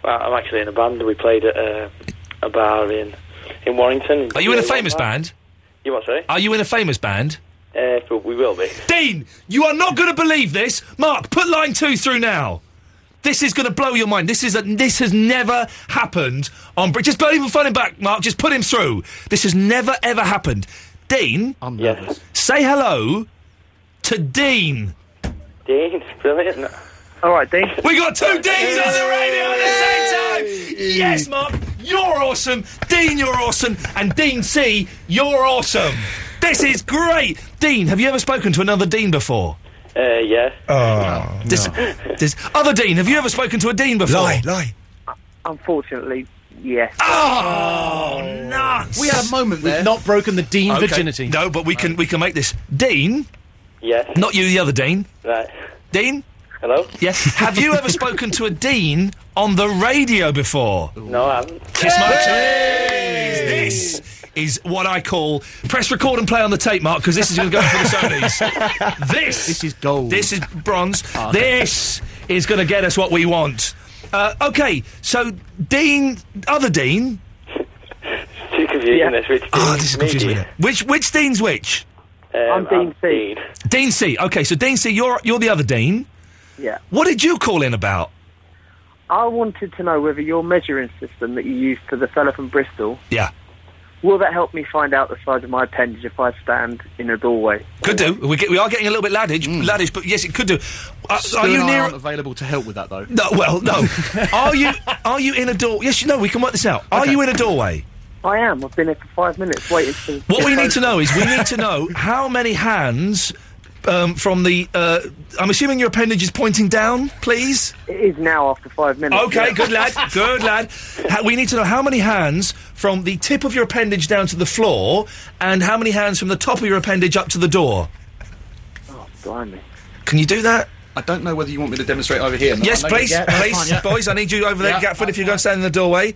Well, I'm actually in a band. We played at uh, a bar in in Warrington.
Are you in a famous band?
You what? Sorry.
Are you in a famous band?
Uh, but we will be.
Dean, you are not going to believe this. Mark, put line two through now. This is going to blow your mind. This is a, this has never happened on Brit. Just don't even phone him back, Mark. Just put him through. This has never ever happened. Dean, I'm nervous. Say hello to Dean.
Dean, brilliant. All right, Dean.
We got two Deans on the radio at the same time. Yes, Mark, you're awesome. Dean, you're awesome, and Dean C, you're awesome. This is great. Dean, have you ever spoken to another Dean before?
Uh, yeah.
Oh, this, this- other Dean, have you ever spoken to a Dean before? Lie, lie.
Unfortunately, yes.
Oh, nuts!
We had a
moment
We've there. not
broken the Dean
virginity.
No, but we can we can make this Dean.
Yes.
Not you, the other Dean.
Right.
Dean.
Hello.
Yes. Have you ever spoken to a Dean on the radio before?
No, I haven't.
Kiss my cheese. This is what I call press record and play on the tape, Mark, because this is going to go for the
Ah,
Sony's. this. This is gold. This is bronze. This is going to get us what we want. Uh, okay, so Dean, other Dean.
Too confusing this. Which
oh, this is confusing me. now. Which which Dean's which?
Um, I'm Dean C.
Dean C. Okay, so Dean C. You're you're the other Dean.
Yeah.
What did you call in about?
I wanted to know whether your measuring system that you used for the fella from Bristol
Yeah.
will that help me find out the size of my appendage if I stand in a doorway?
Could do. We, get, we are getting a little bit laddish,
Hmm.
laddish, but yes, it could do. Uh,
Stu
are
and
you
I
near?
aren't
available to help with that though. No. Well, no. are you? Are you in a door? Yes. No. We can work this out. Are you in a doorway?
I am. I've been here for five minutes waiting for.
What we need to know is we need to know how many hands um, from the. Uh, I'm assuming your appendage is pointing down, please.
It is now after five minutes.
Okay,
yeah.
good lad, good lad. Ha- we need to know how many hands from the tip of your appendage down to the floor, and how many hands from the top of your appendage up to the door.
Oh, Blimey.
Can you do that?
I don't know whether you want me to demonstrate over here.
yes,
No, no,
please,
yeah, that's
please,
fine, yeah.
boys. I need you over there,
Yeah,
Gatford, if you're going to stand in the doorway.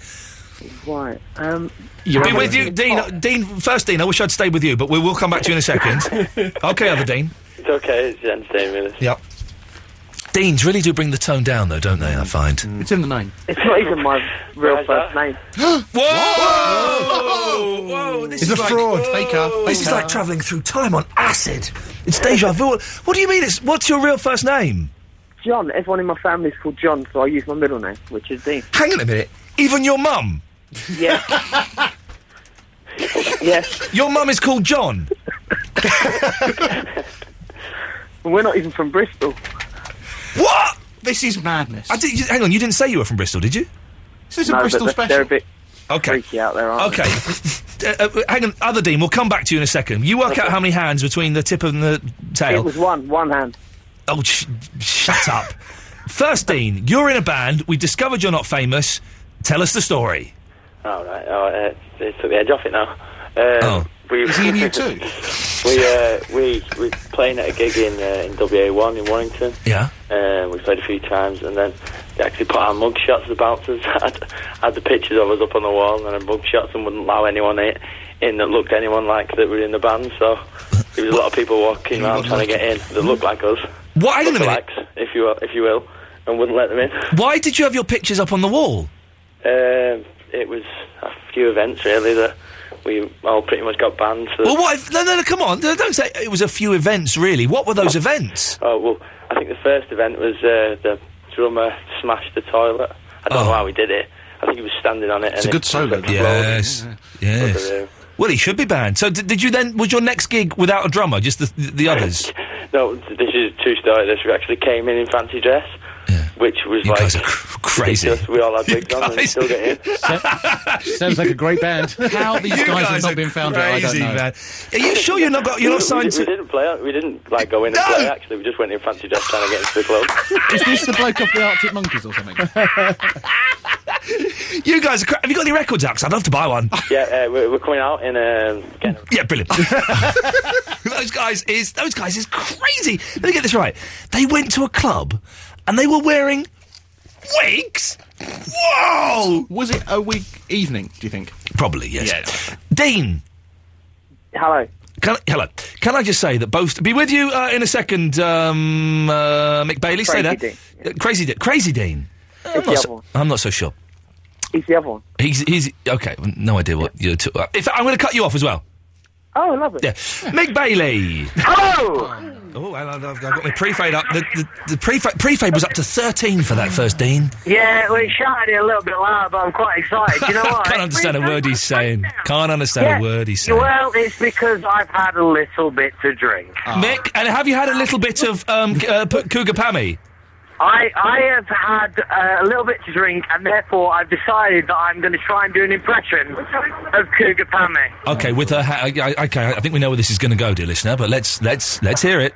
Right. Um.
You're be with you, Dean. Dean, first, Dean. I wish I'd stayed with you, but we will come back to you in a second. okay, other Dean.
It's okay. It's entertainment.
Yep. Deans really do bring the tone down, though, don't they? I find it's in the name.
Mm. It's not even my real first name.
Whoa! Whoa! This
It's
is
a
like-
fraud.
Whoa!
Faker.
This is
Faker.
like travelling through time on acid. It's deja vu. What do you mean? It's what's your real first name?
John. Everyone in my family's called John, so I use my middle name, which is Dean.
Hang on a minute. Even your mum.
Yeah. yes.
Your mum is called John.
We're not even from Bristol.
What?
This is madness.
I did, you, hang on. You didn't say you were from Bristol, did you?
This is a No, but Bristol they're- special. they're a bit
okay.
freaky out there, aren't
Okay. Uh, uh, hang on, other Dean. We'll come back to you in a second. You work out how many hands between the tip and the tail.
It was one, one hand.
Oh, sh- shut up. First, Dean, you're in a band. We discovered you're not famous. Tell us the story.
All right. All right. Uh, it's took the edge off it now. Uh, We, Is he in you too? we uh, we we playing at a gig in uh, in WA1 in Warrington.
Yeah.
Uh, we played a few times, and then they actually put our mug shots of the bouncers. had, had the pictures of us up on the wall, and our mug shots, and wouldn't allow anyone in, in that looked anyone like that were in the band. So there was a lot of people walking around trying to get in that looked like us.
What? Hang on a minute.
Lookalikes, if you if you will, and wouldn't let them in.
Why did you have your pictures up on the wall?
Um, it was a few events really that we all pretty much got banned. For
Well, what? If, no, no, no. Come on. No, Don't say it was a few events. Really, what were those events?
Oh well, I think the first event was uh, the drummer smashed the toilet. I don't
Oh.
know how he did it. I think he was standing on it. and it
Yes. Yes.
But,
Well, he should be banned. So, did, did you then? Was your next gig without a drummer? Just the the others?
uh, no, this is a true story. This we actually came in in fancy dress, which was like
crazy.
ridiculous. We all had wigs on and we still get in.
Sounds like a great band. How these
You
guys,
guys
have
are
not been found out, I don't
crazy,
know.
man.
Are you sure you're not got, you're not
We-
signed
we,
to?
We didn't play. out- We didn't like go in and play. Actually, we just went in fancy dress trying to get into the club.
Is this the bloke off the Arctic Monkeys or something?
You guys, are cra- have you got any records out? 'Cause I'd love to buy one.
yeah, uh, we're, we're coming out in um, getting
yeah, brilliant. those guys is those guys is crazy. Let me get this right. They went to a club and they were wearing wigs. Whoa!
Was it a wig evening? Do you think?
Probably yes. Dean. Hello. Can I, hello. Can I just say that both be with you uh, in a second, um, uh, Mick Bailey? say
Crazy
that.
Dean.
Uh, Crazy Dean. Crazy Dean. I'm
It's
not,
the
so,
other one.
I'm not so sure.
He's the other one.
He's, he's okay. No idea what you're. T- uh, if I'm going to cut you off as well.
Oh, lovely.
Yeah, Mick Bailey.
Oh!
Oh, I, I've I've got my pre-fade up. The, the, the pre-fade, pre-fade was up to 13 for that first, Dean.
Yeah, we shouted it a little bit loud, but I'm quite excited. You know what?
Can't understand a word he's saying. Can't understand a word he's saying.
Well, it's because I've had a little bit to drink.
Oh. Mick, and have you had a little bit of um, c- uh, p- cougar pammy?
I, I have had uh, a little bit to drink, and therefore I've decided that I'm going to try and do an impression of Cougar Pammy.
Okay, with her. Ha- I, I- okay, I think we know where this is going to go, dear listener. But let's let's let's hear it.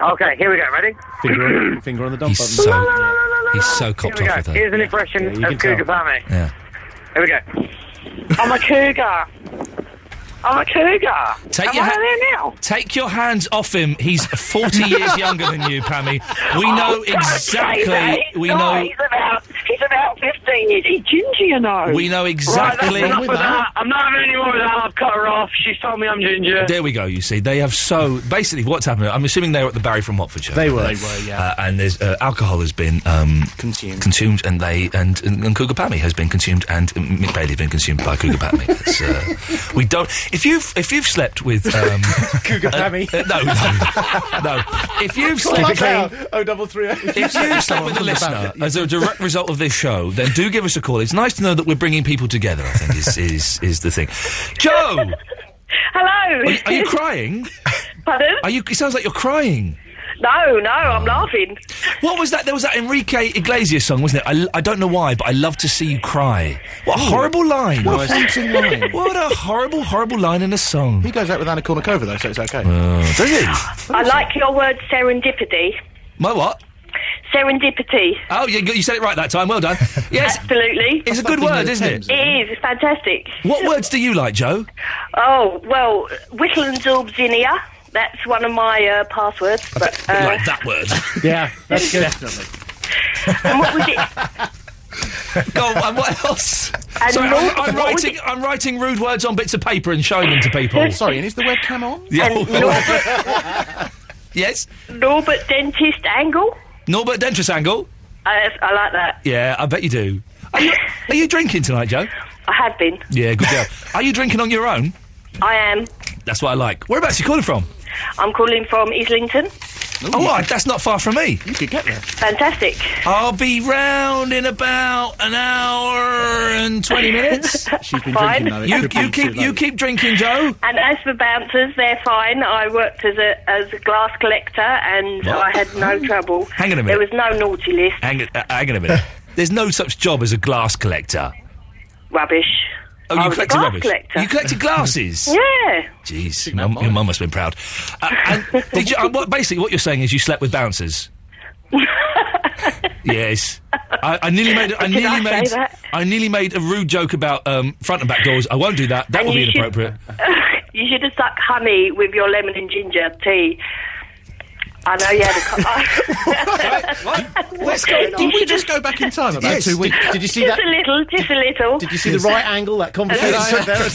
Okay, here we go. Ready?
Finger on, finger on the dog. He's
button.
so
La, la,
he's so
Here
copped
we
off
go.
with her.
Here's an impression
you
of
can
Cougar
tell.
Pammy.
Yeah.
Here we go. I'm a cougar. I'm a cougar.
Take
Am
your
I
ha-
there now?
Take your hands off him. He's 40 years younger than you, Pammy. We know
Oh, don't say that.
exactly.
He's
We
not.
know.
He's about, he's about 15 years. He's ginger, you know.
We know exactly.
Right, that's enough of that.
I'm not having any more of that. I've cut her off. She's told me I'm ginger.
There we go. You see, they have so basically what's happened. I'm assuming they were at the Barry from Watfordshire.
They were.
Uh,
They were, yeah.
Uh, and there's uh, alcohol has been um, consumed, consumed, and they and and, and Cougar Pammy has been consumed, and Mick Bailey has been consumed by Cougar Pammy. It's, uh, we don't. If you've if you've slept with um, Cougar Pammy, uh, no, no, no. If you've slept with
Oh, double three.
if you slept with a listener as a direct result of this show, then do give us a call. It's nice to know that we're bringing people together. I think is is, is the thing. Joe,
Hello.
are you, are you crying?
Pardon?
Are you? It sounds like you're crying. Oh.
No, no, I'm laughing.
What was that? There was that Enrique Iglesias song, wasn't it? I, I don't know why, but I love to see you cry. What a
Ooh.
horrible line!
What a haunting line.
What a horrible, horrible line in a song. Uh,
He goes out with Anna Kournikova though, so it's okay.
does he?
I like your word serendipity.
My what?
Serendipity.
Oh, you, you said it right that time. Well done. Yes,
absolutely.
It's a good word, isn't it?
It is. It's fantastic.
What words do you like, Joe?
Oh well, whittle and zorbs in here. That's one of my uh, passwords. But uh,
like that word.
yeah, that's good.
and what was it?
Go on, and what else?
And
Sorry,
Lord,
I'm, I'm
what was
writing. I'm writing rude words on bits of paper and showing them to people.
Sorry, and
is the webcam on?
Yeah.
And Norbert,
yes.
Norbert dentist angle.
Norbert Dentris angle.
I, I like that.
Yeah, I bet you do. Are you, are you drinking tonight, Joe?
I have been.
Yeah, good girl. Are you drinking on your own?
I am.
That's what I like. Whereabouts you calling from?
I'm calling from Islington.
oh, right, that's not far from me. You could get there.
Fantastic.
I'll be round in about an hour and twenty minutes.
She's been Fine. drinking, though. It
You,
could be
you keep
too
you
late.
keep drinking, Joe.
And as for bouncers, they're fine. I worked as a as a glass collector, and
What?
I had no trouble.
Hang on a
There
minute.
was no naughty list.
Hang, uh, hang on a minute. There's no such job as a glass collector.
Rubbish.
Oh,
I
you
was a
collected
glass
rubbish.
collector.
You collected glasses.
Yeah.
Jeez, your mum- your mum must have been proud. Uh, and did you, uh, what, basically, what you're saying is you slept with bouncers. yes, I, I nearly made. I
Did
nearly
I say
made.
that?
I nearly made a rude joke about um, front and back doors. I won't do that. That
And
would be
you should-
inappropriate.
you should have stuck honey with your lemon and ginger tea. I know you had a. Co-
Let's go. Did we just go back in time about
Yes.
two weeks?
Did- did you see
just a little, just a little.
Did you see the right angle that conversation? there was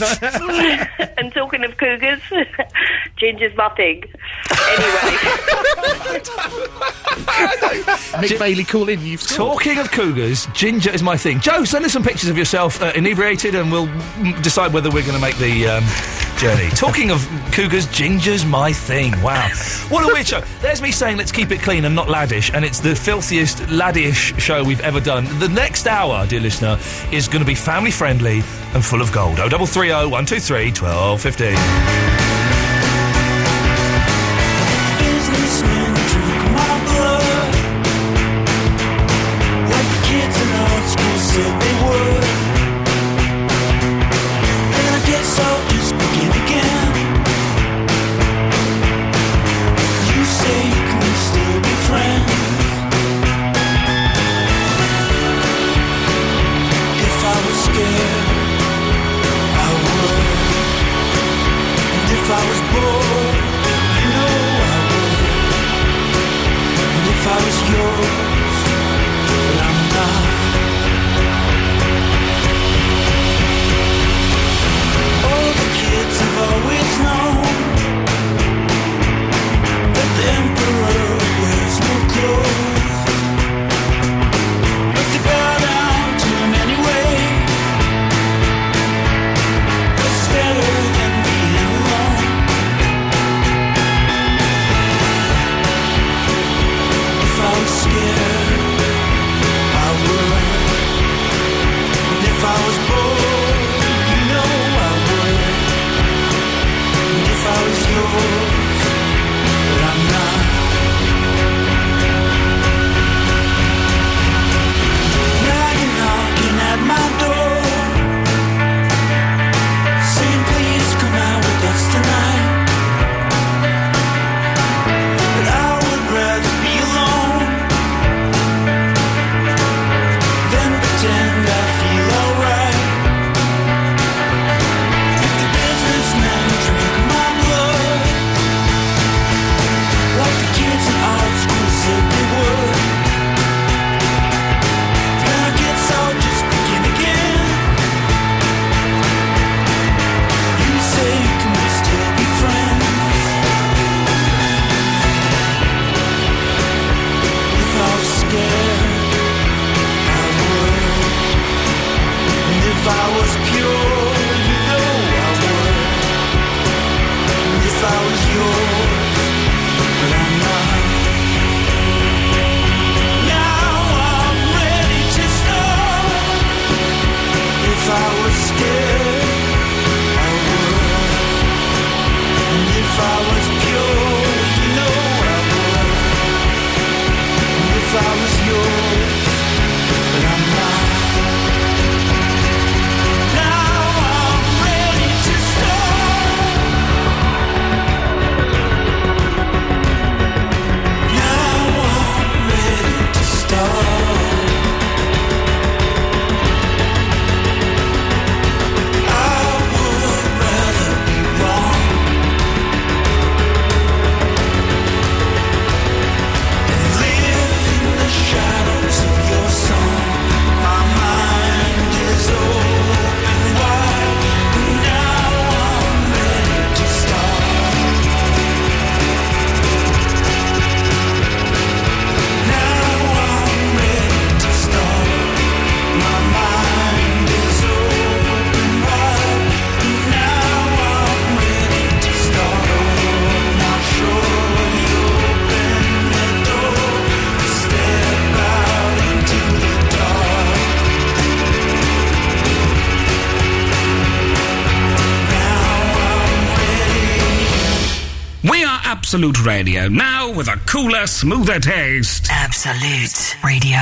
a-
and talking of cougars, ginger's my thing.
Mick Bailey, call in. You've scored.
Talking of cougars, ginger is my thing. Joe, send us some pictures of yourself uh, inebriated, and we'll mm, decide whether we're going to make the um, journey. Talking of cougars, ginger's my thing. Wow, what a weird show. There's me saying let's keep it clean and not laddish, and it's the filthiest laddyish show we've ever done. The next hour, dear listener, is going to be family friendly and full of gold. Oh, double three oh one two three twelve fifteen.
Businessmen drink my blood. What the kids in old school said they would. And I guess I'll just begin again. You say can we still be friends? If I was We are Absolute Radio now with a cooler, smoother taste.
Absolute Radio.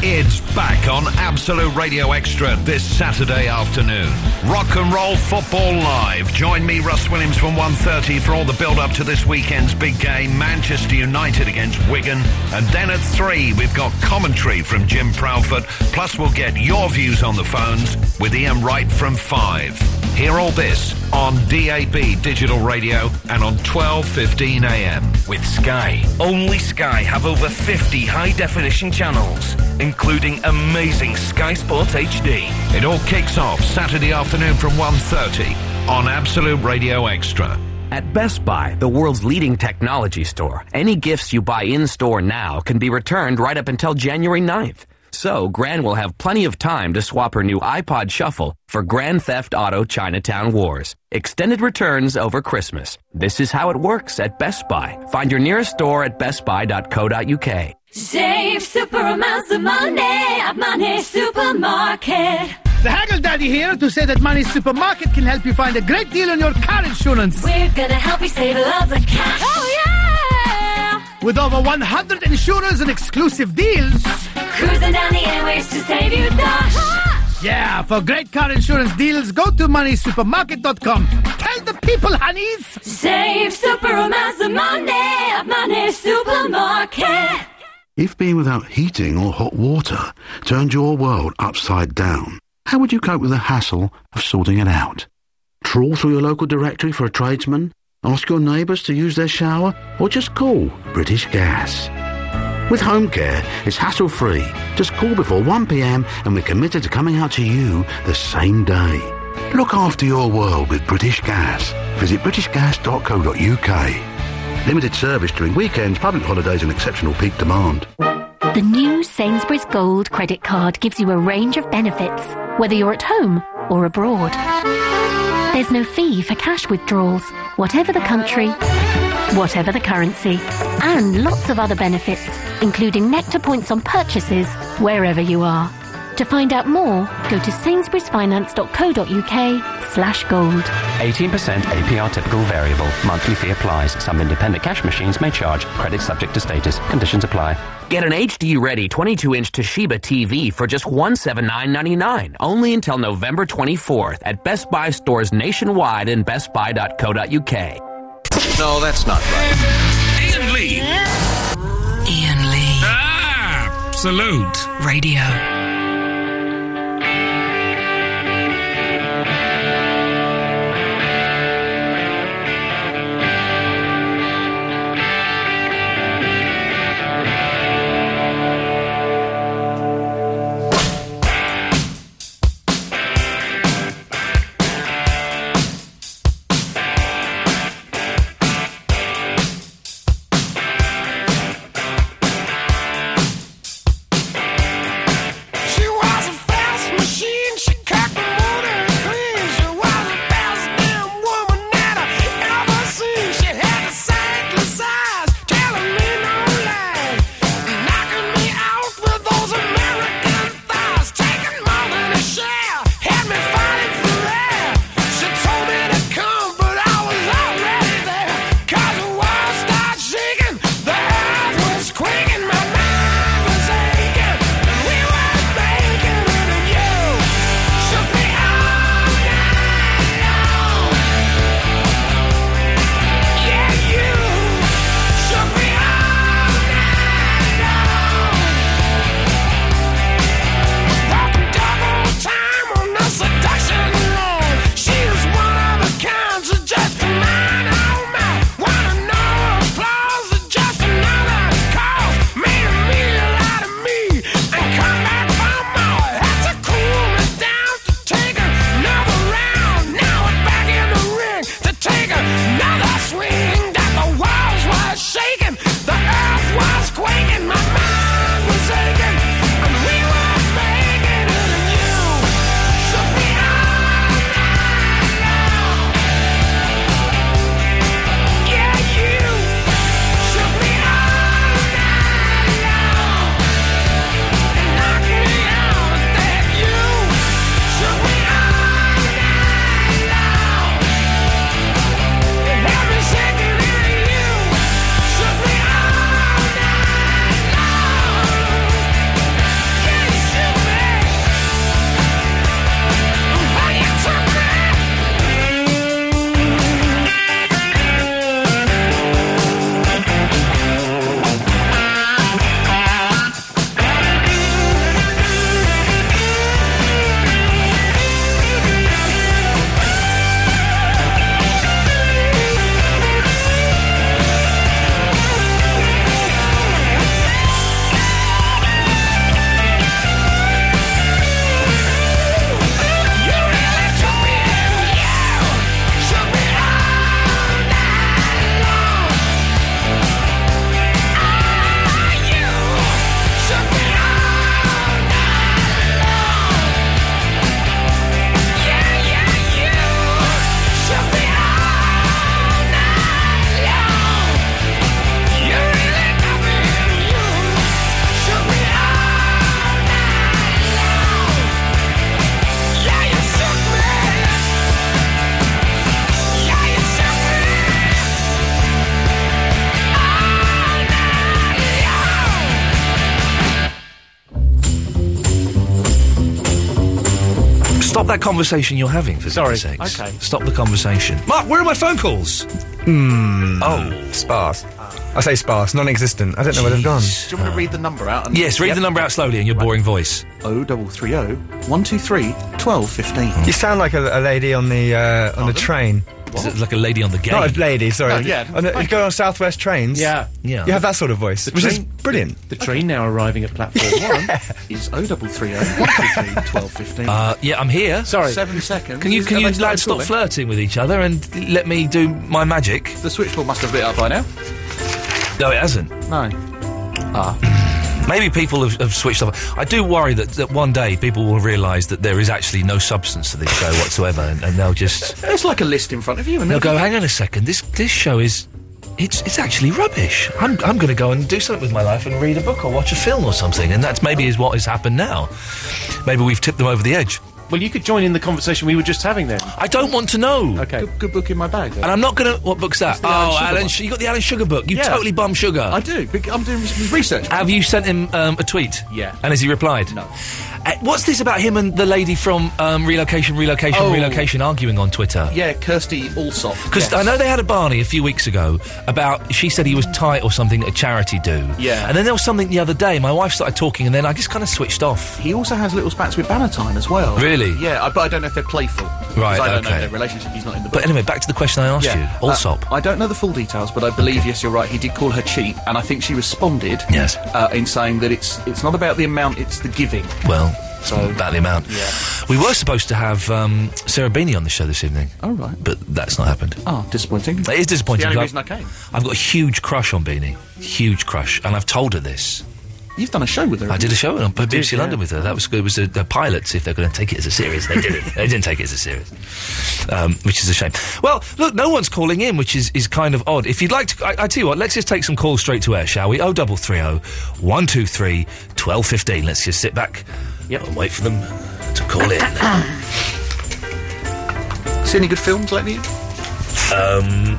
It's back on Absolute Radio Extra this Saturday afternoon. Rock and Roll Football Live. Join me, Russ Williams, from 1.30 for all the build-up to this weekend's big game, Manchester United against Wigan. And then at 3, we've got commentary from Jim Proudfoot. Plus, we'll get your views on the phones with Ian Wright from 5. Hear all this on DAB Digital Radio and on 12.15am with Sky.
Only Sky have over 50 high definition channels, including amazing Sky Sport HD.
It all kicks off Saturday afternoon from 1.30 on Absolute Radio Extra.
At Best Buy, the world's leading technology store, any gifts you buy in store now can be returned right up until January 9th. So, Gran will have plenty of time to swap her new iPod Shuffle for Grand Theft Auto Chinatown Wars. Extended returns over Christmas. This is how it works at Best Buy. Find your nearest store at bestbuy.co.uk.
Save super amounts of money at Money Supermarket.
The Haggle Daddy here to say that Money Supermarket can help you find a great deal on your car insurance.
We're gonna help you save lots of cash. Oh yeah!
With over 100 insurers and exclusive deals.
Cruising down the airways to save you dash.
Yeah, for great car insurance deals, go to moneysupermarket.com. Tell the people, honeys!
Save super amounts of money at Money Supermarket.
If being without heating or hot water turned your world upside down, how would you cope with the hassle of sorting it out? Trawl through your local directory for a tradesman, ask your neighbours to use their shower, or just call British Gas. With home care, it's hassle free. Just call before 1pm and we're committed to coming out to you the same day. Look after your world with British Gas. Visit britishgas.co.uk. Limited service during weekends, public holidays and exceptional peak demand.
The new Sainsbury's Gold credit card gives you a range of benefits, whether you're at home or abroad. There's no fee for cash withdrawals, whatever the country, whatever the currency, and lots of other benefits, including nectar points on purchases wherever you are. To find out more, go to sainsburysfinance.co.uk slash gold.
18% APR typical variable. Monthly fee applies. Some independent cash machines may charge. Credit subject to status. Conditions apply.
Get an HD ready 22 inch Toshiba TV
for just $179.99 only until November 24th at Best Buy stores nationwide and bestbuy.co.uk.
No, that's not right.
Ian Lee.
Ian Lee.
Ah!
Absolute
Radio.
Stop that conversation you're having, for Sorry. sakes.
Okay.
Stop the conversation. Mark, where are my phone calls?
Hmm.
Oh.
Sparse. I say sparse, non existent. I don't know where they've gone.
Do you want me to read the number out? And
Yes, read the number out slowly in your boring voice.
0330 123 1215.
You sound like a, a lady on the uh, on the train.
Is it like a lady on the game?
Not a lady, sorry.
Oh, yeah.
On the, you go on Southwest trains.
Yeah. Yeah.
You have that sort of voice,
The
which is
train-
brilliant.
The train now arriving at platform
one is 0330 123 1215.
Uh, yeah, I'm here. Sorry.
Seven seconds.
Can you
Is-
can
are
you
they still
lads stop
calling?
flirting with each other and let me do my magic?
The switchboard must have lit up by now.
No, it hasn't.
No.
Ah. Maybe people have, have switched off. I do worry that, that one day people will realise that there is actually no substance to this show whatsoever, and, and they'll just
It's like a list in front of you. And
they'll go,
everything.
"Hang on a second, this this show is it's it's actually rubbish. I'm I'm going to go and do something with my life and read a book or watch a film or something." And that's maybe is what has happened now. Maybe we've tipped them over the edge.
Well, you could join in the conversation we were just having then.
I don't want to know.
Okay.
Good, good book in my bag.
And I'm not going to. What book's that?
the Alan
Oh,
Sugar
Alan,
one.
Su- you got the Alan Sugar book. You
Yeah.
totally bum sugar.
I do. bec- I'm doing re- research.
Have you sent him um, a tweet?
Yeah.
And has he replied? No. what's this about him and the lady from um, Relocation, Relocation,
Oh.
Relocation arguing on Twitter?
Yeah, Kirsty Allsop.
Because I know they had a Barney a few weeks ago about she said he was tight or something at a charity do.
Yeah.
And then there was something the other day. My wife started talking and then I just kind of switched off.
He also has little spats with Bannatyne as well.
Really?
Yeah, I, but I don't know if they're playful. 'Cause
Right,
I don't know
okay.
their relationship. He's not in the book.
But anyway, back to the question I asked
Yeah.
you. Allsop.
Uh, I don't know the full details, but I believe yes, you're right. He did call her cheap, and I think she responded.
Yes.
Uh, in saying that it's it's not about the amount, it's the giving.
well, it's about the amount.
Yeah.
We were supposed to have um, Sarah Beanie on the show this evening.
All Oh, right.
But that's not happened.
Oh, disappointing.
It is disappointing.
It's the only
'cause
reason I
I've-
came.
I've got a huge crush on Beanie. Huge crush. And I've told her this.
You've done a show with her.
I did a
haven't
show um,
you?
on
You
BBC
did, yeah.
London with her. That was good. It was a, a pilot. See if they're going to take it as a series. They didn't. they didn't take it as a series, um, which is a shame. Well, look, no one's calling in, which is, is kind of odd. If you'd like to, I, I tell you what, let's just take some calls straight to air, shall we? Oh, double three oh one two three twelve fifteen. Let's just sit back and wait for them to call in.
See any good films lately?
um,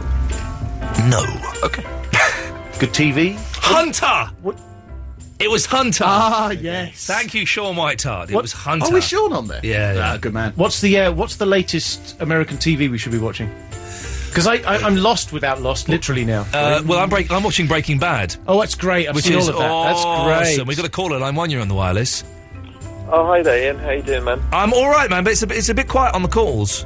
no.
Okay.
good TV. Hunter. What? It was Hunter.
Ah, yes.
Thank you, Sean Whitetard. It
What-
was Hunter.
Oh, is
Sean on there?
Yeah, yeah.
good man. What's the uh, What's the latest American TV we should be watching? Because I, I I'm lost without Lost, literally now.
Uh, well, I'm, break- I'm watching Breaking Bad.
Oh, that's great. I've
which
seen
is
all of that. That's
awesome.
great.
We've got a caller line one. You're on the wireless.
Oh, hi there, Ian. How you doing, man?
I'm all right, man, but it's a bit, it's a bit quiet on the calls.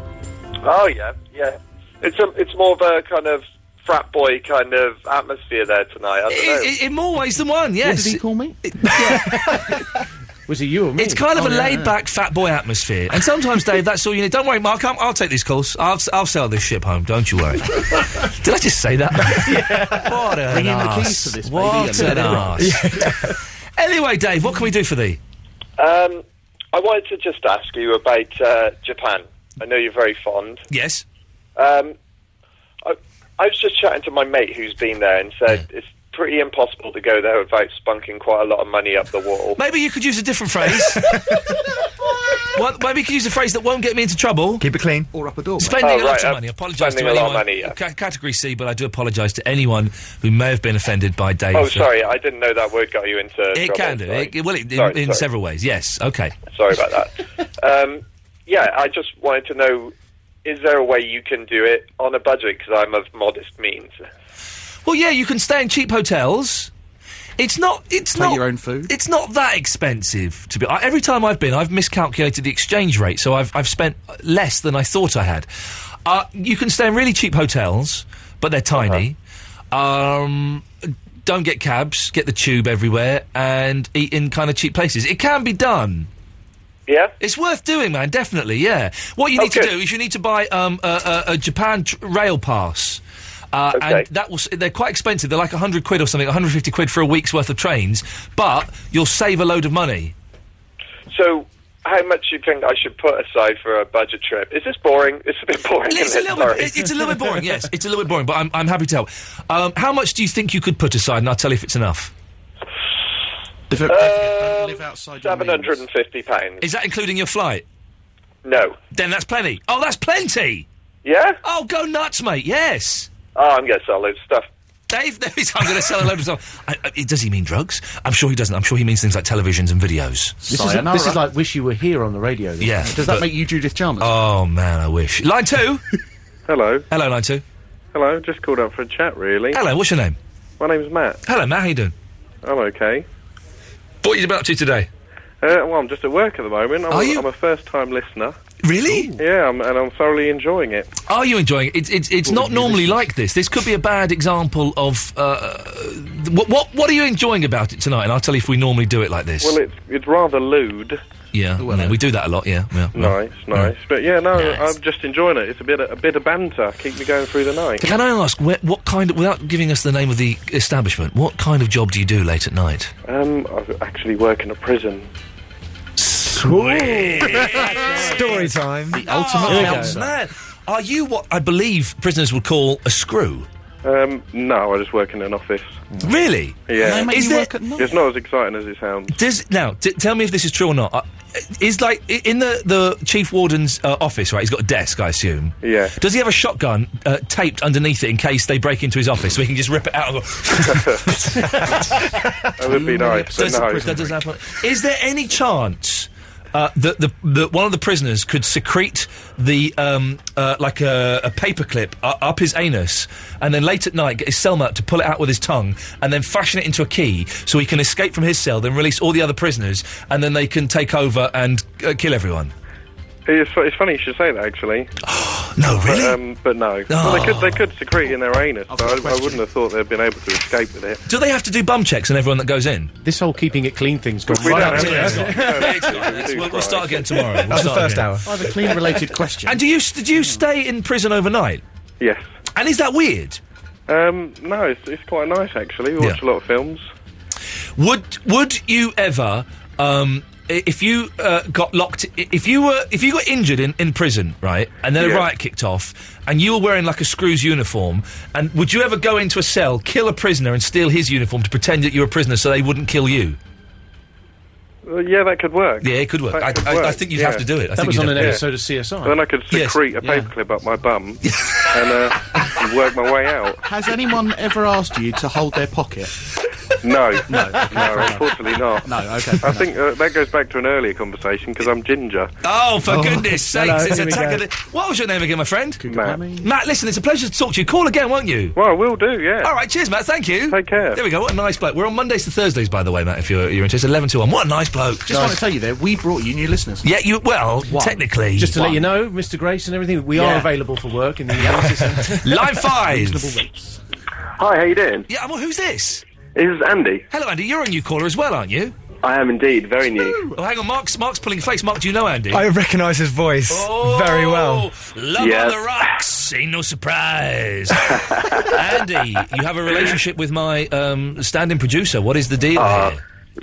Oh, yeah, yeah. It's a, it's more of a kind of frat boy kind of atmosphere there tonight. I don't know.
I- I- in more ways than one. Yes.
did he
call
me?
Was it you or me?
It's kind of
Oh,
a
yeah, yeah.
laid-back fat boy atmosphere, and sometimes, Dave, that's all you need. Don't worry, Mark. I'm, I'll take these calls. I'll, s- I'll sail this ship home. Don't you worry. Did I just say that? What an
Bring in the
ass.
keys to this, baby,
What
and
an
let it rock.
ass. anyway, Dave, what can we do for thee?
Um, I wanted to just ask you about uh, Japan. I know you're very fond.
Yes.
Um, I, I was just chatting to my mate who's been there and said it's pretty impossible to go there without spunking quite a lot of money up the wall.
Maybe you could use a different phrase. Well, maybe you could use a phrase that won't get me into trouble.
Keep it clean.
Or up a door.
Spending
Oh,
a lot
right,
of
uh,
money. I apologise to
spending a
anyone.
lot of money, yeah.
Ca- category C, but I do apologise to anyone who may have been offended by Dave.
Oh, sorry, I didn't know that word got you into.
It
trouble.
can do.
Sorry.
It, it- well, it, in,
Sorry,
in
sorry.
several ways. Yes. Okay.
Sorry about that. um, yeah, I just wanted to know: is there a way you can do it on a budget? Because I'm of modest means.
Well, yeah, you can stay in cheap hotels. It's not. It's
Take
not
your
own food. It's not that expensive to be. I, every time I've been, I've miscalculated the exchange rate, so I've I've spent less than I thought I had. Uh, you can stay in really cheap hotels, but they're
Uh-huh.
tiny. Um, don't get cabs. Get the tube everywhere and eat in kind of cheap places. It can be done.
Yeah,
it's worth doing, man. Definitely, yeah. What you need to do is you need to buy um, a, a, a Japan tr- rail pass. Uh, And that will, s- they're quite expensive. They're like 100 quid or something, 150 quid for a week's worth of trains, but you'll save a load of money.
So, how much do you think I should put aside for a budget trip? Is this boring? It's a bit boring.
It's a
isn't it?
little bit,
Sorry.
it- it's a little bit boring, yes. It's a little bit boring, but I'm, I'm happy to help. Um, how much do you think you could put aside? And I'll tell you if it's enough.
Um, Seven hundred and fifty pounds.
Is that including your flight?
No.
Then that's plenty. Oh, that's plenty!
Yeah? Ah.
Oh, go nuts, mate, yes.
Oh, I'm going to sell loads of stuff.
Dave knows I'm going to sell a load of stuff. I, I, does he mean drugs? I'm sure he doesn't. I'm sure he means things like televisions and videos.
This is, this is like Wish You Were Here on the radio. then.
Yeah.
Does that
but-
make you Judith Chalmers?
Oh man, I wish. Line two.
Hello.
Hello, line two.
Hello, just called up for a chat, really.
Hello, what's your name?
My name's Matt.
Hello, Matt. How you doing?
I'm okay.
What you been up to today?
Uh, well, I'm just at work at the moment. I'm,
Are
a,
you?
am a first-time listener.
Really?
Yeah, I'm, and I'm thoroughly enjoying it.
Are you enjoying it? It's, it's, it's not normally like this. This could be a bad example of uh, th- what, what what are you enjoying about it tonight? And I'll tell you if we normally do it like this.
Well, it's it's rather lewd.
yeah, no, we do that a lot. Yeah, yeah.
Nice, nice. But yeah, no,
Nice.
I'm just enjoying it. It's a bit of, a bit of banter. Keep me going through the night.
Can I ask where, what kind of, without giving us the name of the establishment, what kind of job do you do late at night?
Um, I actually work in a prison.
Story time.
The man. Are you what I believe prisoners would call a screw?
Um, no, I just work in an office.
Really?
Yeah.
Is there,
It's not as exciting as it sounds.
Does now t- tell me if this is true or not? Uh, is like i- in the the chief warden's uh, office, right? He's got a desk, I assume.
Yeah.
Does he have a shotgun uh, taped underneath it in case they break into his office, so he can just rip it out? And go
that would be nice, but
Does-
no.
that doesn't happen. Is there any chance? Uh, that the, the one of the prisoners could secrete the um, uh, like a, a paperclip uh, up his anus, and then late at night get his cellmate to pull it out with his tongue, and then fashion it into a key so he can escape from his cell, then release all the other prisoners, and then they can take over and uh, kill everyone.
It's, fu- it's funny you should say that, actually.
no, really? Oh.
But, um, but no. Well, they, could, they could secrete in their anus, but I, I wouldn't have thought they'd been able to escape with it.
Do they have to do bum checks on everyone that goes in?
This whole keeping it clean thing's gone
We
right
don't
up
have
to
to,
it,
has
hasn't
it?
it?
It's- it's- we'll, we'll start again tomorrow. We'll
That's the
start
first
again.
hour. I have a clean-related question.
And do you s- did you stay in prison overnight?
Yes.
And is that weird?
Um, no, it's, it's quite nice, actually. We watch a lot of films.
Would would you ever, um, i- if you uh, got locked, i- if you were if you got injured in, in prison, right, and then
Yeah.
a riot kicked off, and you were wearing like a screws uniform, and would you ever go into a cell, kill a prisoner, and steal his uniform to pretend that you're a prisoner so they wouldn't kill you?
Uh, yeah, that could work.
Yeah, it could work.
That
I,
could
I, I
work,
think you'd
yeah.
have to do it. I
That
think
was
you'd
on
have
an
to-
episode
of CSI.
Then I could
Yes.
secrete a paperclip up my bum and uh, and work my way out.
Has anyone ever asked you to hold their pocket?
No,
No, okay, fair enough.
unfortunately not.
No, okay, fair
I
enough.
think uh, that goes back to an earlier conversation because I'm ginger.
Oh, for
Oh,
goodness sakes!
hello,
it's
here
a
we
tag
go.
of the- What was your name again, my friend?
Matt.
Matt, listen, it's a pleasure to talk to you. Call again, won't you?
Well, I will do. Yeah.
All right. Cheers, Matt. Thank you.
Take care.
There we go. What a nice bloke. We're on Mondays to Thursdays, by the way, Matt. If you're, you're interested, eleven to one. What a nice bloke.
Just want to
tell
you there, we brought you new listeners.
Yeah, you. Well, technically,
Just to let you know, Mr. Grace and everything, we are
Yeah.
available for work in the evenings.
Line five.
Hi, how you doing?
Yeah, well, who's this?
This is Andy.
Hello, Andy. You're a new caller as well, aren't you?
I am indeed, very new.
Oh, hang on. Mark's Mark's pulling face. Mark, do you know Andy?
I recognise his voice very well.
Oh, Love
Yeah.
on the rocks. Ain't no surprise. Andy, you have a relationship with my um, standing producer. What is the deal?
Uh,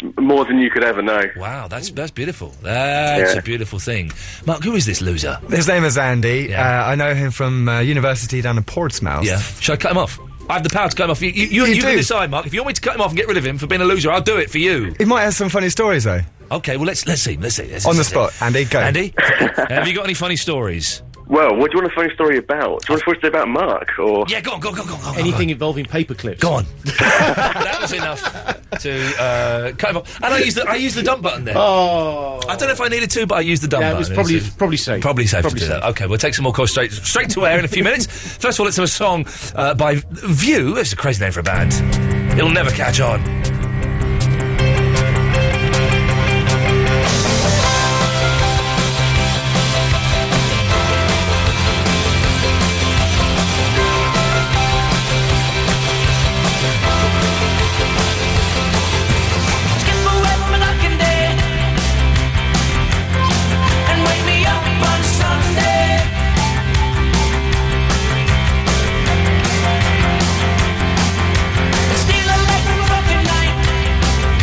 here?
More than you could ever know.
Wow, that's that's beautiful. That's
Yeah.
a beautiful thing. Mark, who is this loser?
His name is Andy. Uh, I know him from uh, university down in Portsmouth.
Yeah. Should I cut him off? I have the power to cut him off. You, you, you,
You
you can
do.
decide, Mark. If you want me to cut him off and get rid of him for being a loser, I'll do it for you.
He might have some funny stories though.
Okay, well let's let's see, let's see. Let's,
On the
let's see.
spot, Andy, go.
Andy, have you got any funny stories?
Well, what do you want a funny story about? Do you want a funny story about Mark? Or
Yeah, go on, go on, go on, go on. go on.
Anything involving paperclips.
Go on. that was enough to uh, cut him off. And I used the I used the dump button there.
Oh.
I don't know if I needed to, but I used the dump
Yeah, it
button.
was probably-
It's-
probably safe.
Probably safe
Probably
to do
safe.
that. Okay, we'll take some more calls straight straight to air in a few minutes. First of all, let's have a song uh, by View. It's a crazy name for a band. It'll never catch on.
Skip away from a knocking day and wake me up on Sunday. Steal a light from a broken night.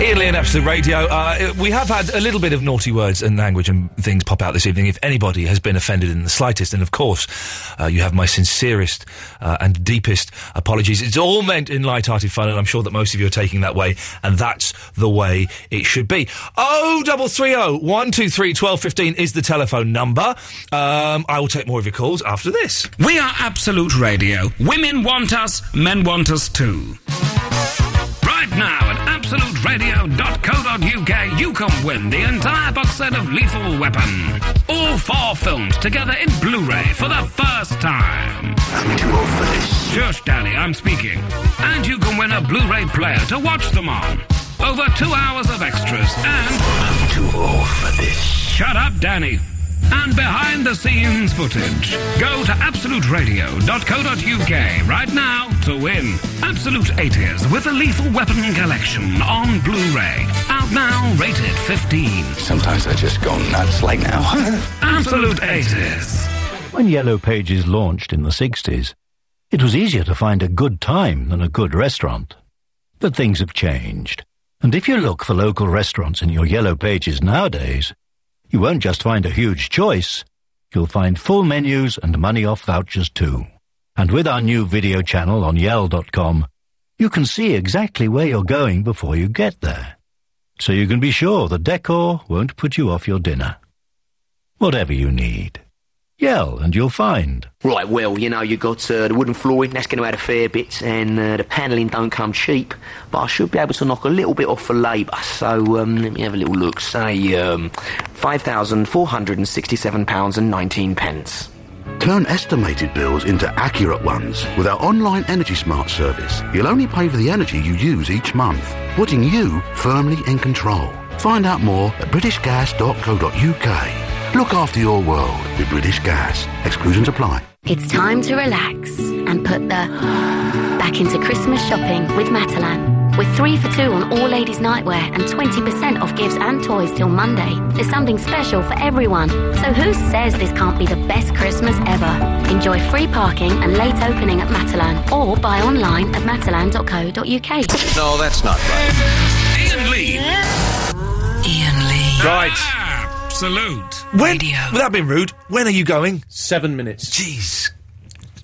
Ian Lee and Absolute Radio. Uh, we have had a little bit of naughty words and language and things pop out this evening. If anybody has been offended in the slightest, then of course uh, you have my sincerest uh, and deepest apologies. It's all meant in light-hearted fun, and I'm sure that most of you are taking that way, and that's the way it should be. Oh, double three oh one two three twelve fifteen is the telephone number. Um, I will take more of your calls after this.
We are Absolute Radio. Women want us, men want us too. Right now at absoluteradio.co.uk, you can win the entire box set of Lethal Weapon. All four films together in Blu ray for the first time. I'm too old for this. Shush, Daddy, I'm speaking. And you can win a Blu ray player to watch them on. Over two hours of extras and. I'm too old for this. Shut up, Danny and behind the scenes footage. Go to absoluteradio.co.uk right now to win. Absolute 80s with a lethal weapon collection on Blu ray. Out now, rated 15.
Sometimes I just go nuts like now.
Absolute 80s.
When Yellow Pages launched in the 60s, it was easier to find a good time than a good restaurant. But things have changed. And if you look for local restaurants in your Yellow Pages nowadays, you won't just find a huge choice, you'll find full menus and money off vouchers too. And with our new video channel on yell.com, you can see exactly where you're going before you get there. So you can be sure the decor won't put you off your dinner. Whatever you need, yell and you'll find.
Right, well, you know, you got uh, the wooden flooring, that's going to add a fair bit, and uh, the panelling don't come cheap, but I should be able to knock a little bit off for labour, so um, let me have a little look. Say, um, £5,467.19. pence.
Turn estimated bills into accurate ones with our online Energy Smart service. You'll only pay for the energy you use each month, putting you firmly in control. Find out more at britishgas.co.uk. Look after your world with British Gas. Exclusions apply.
It's time to relax and put the back into Christmas shopping with Matalan. With three for two on all ladies' nightwear and 20% off gifts and toys till Monday, there's something special for everyone. So who says this can't be the best Christmas ever? Enjoy free parking and late opening at Matalan or buy online at matalan.co.uk.
no, that's not right.
Ian Lee. Ian Lee. Right. Absolute.
When, without being rude, when are you going?
Seven minutes.
Jeez.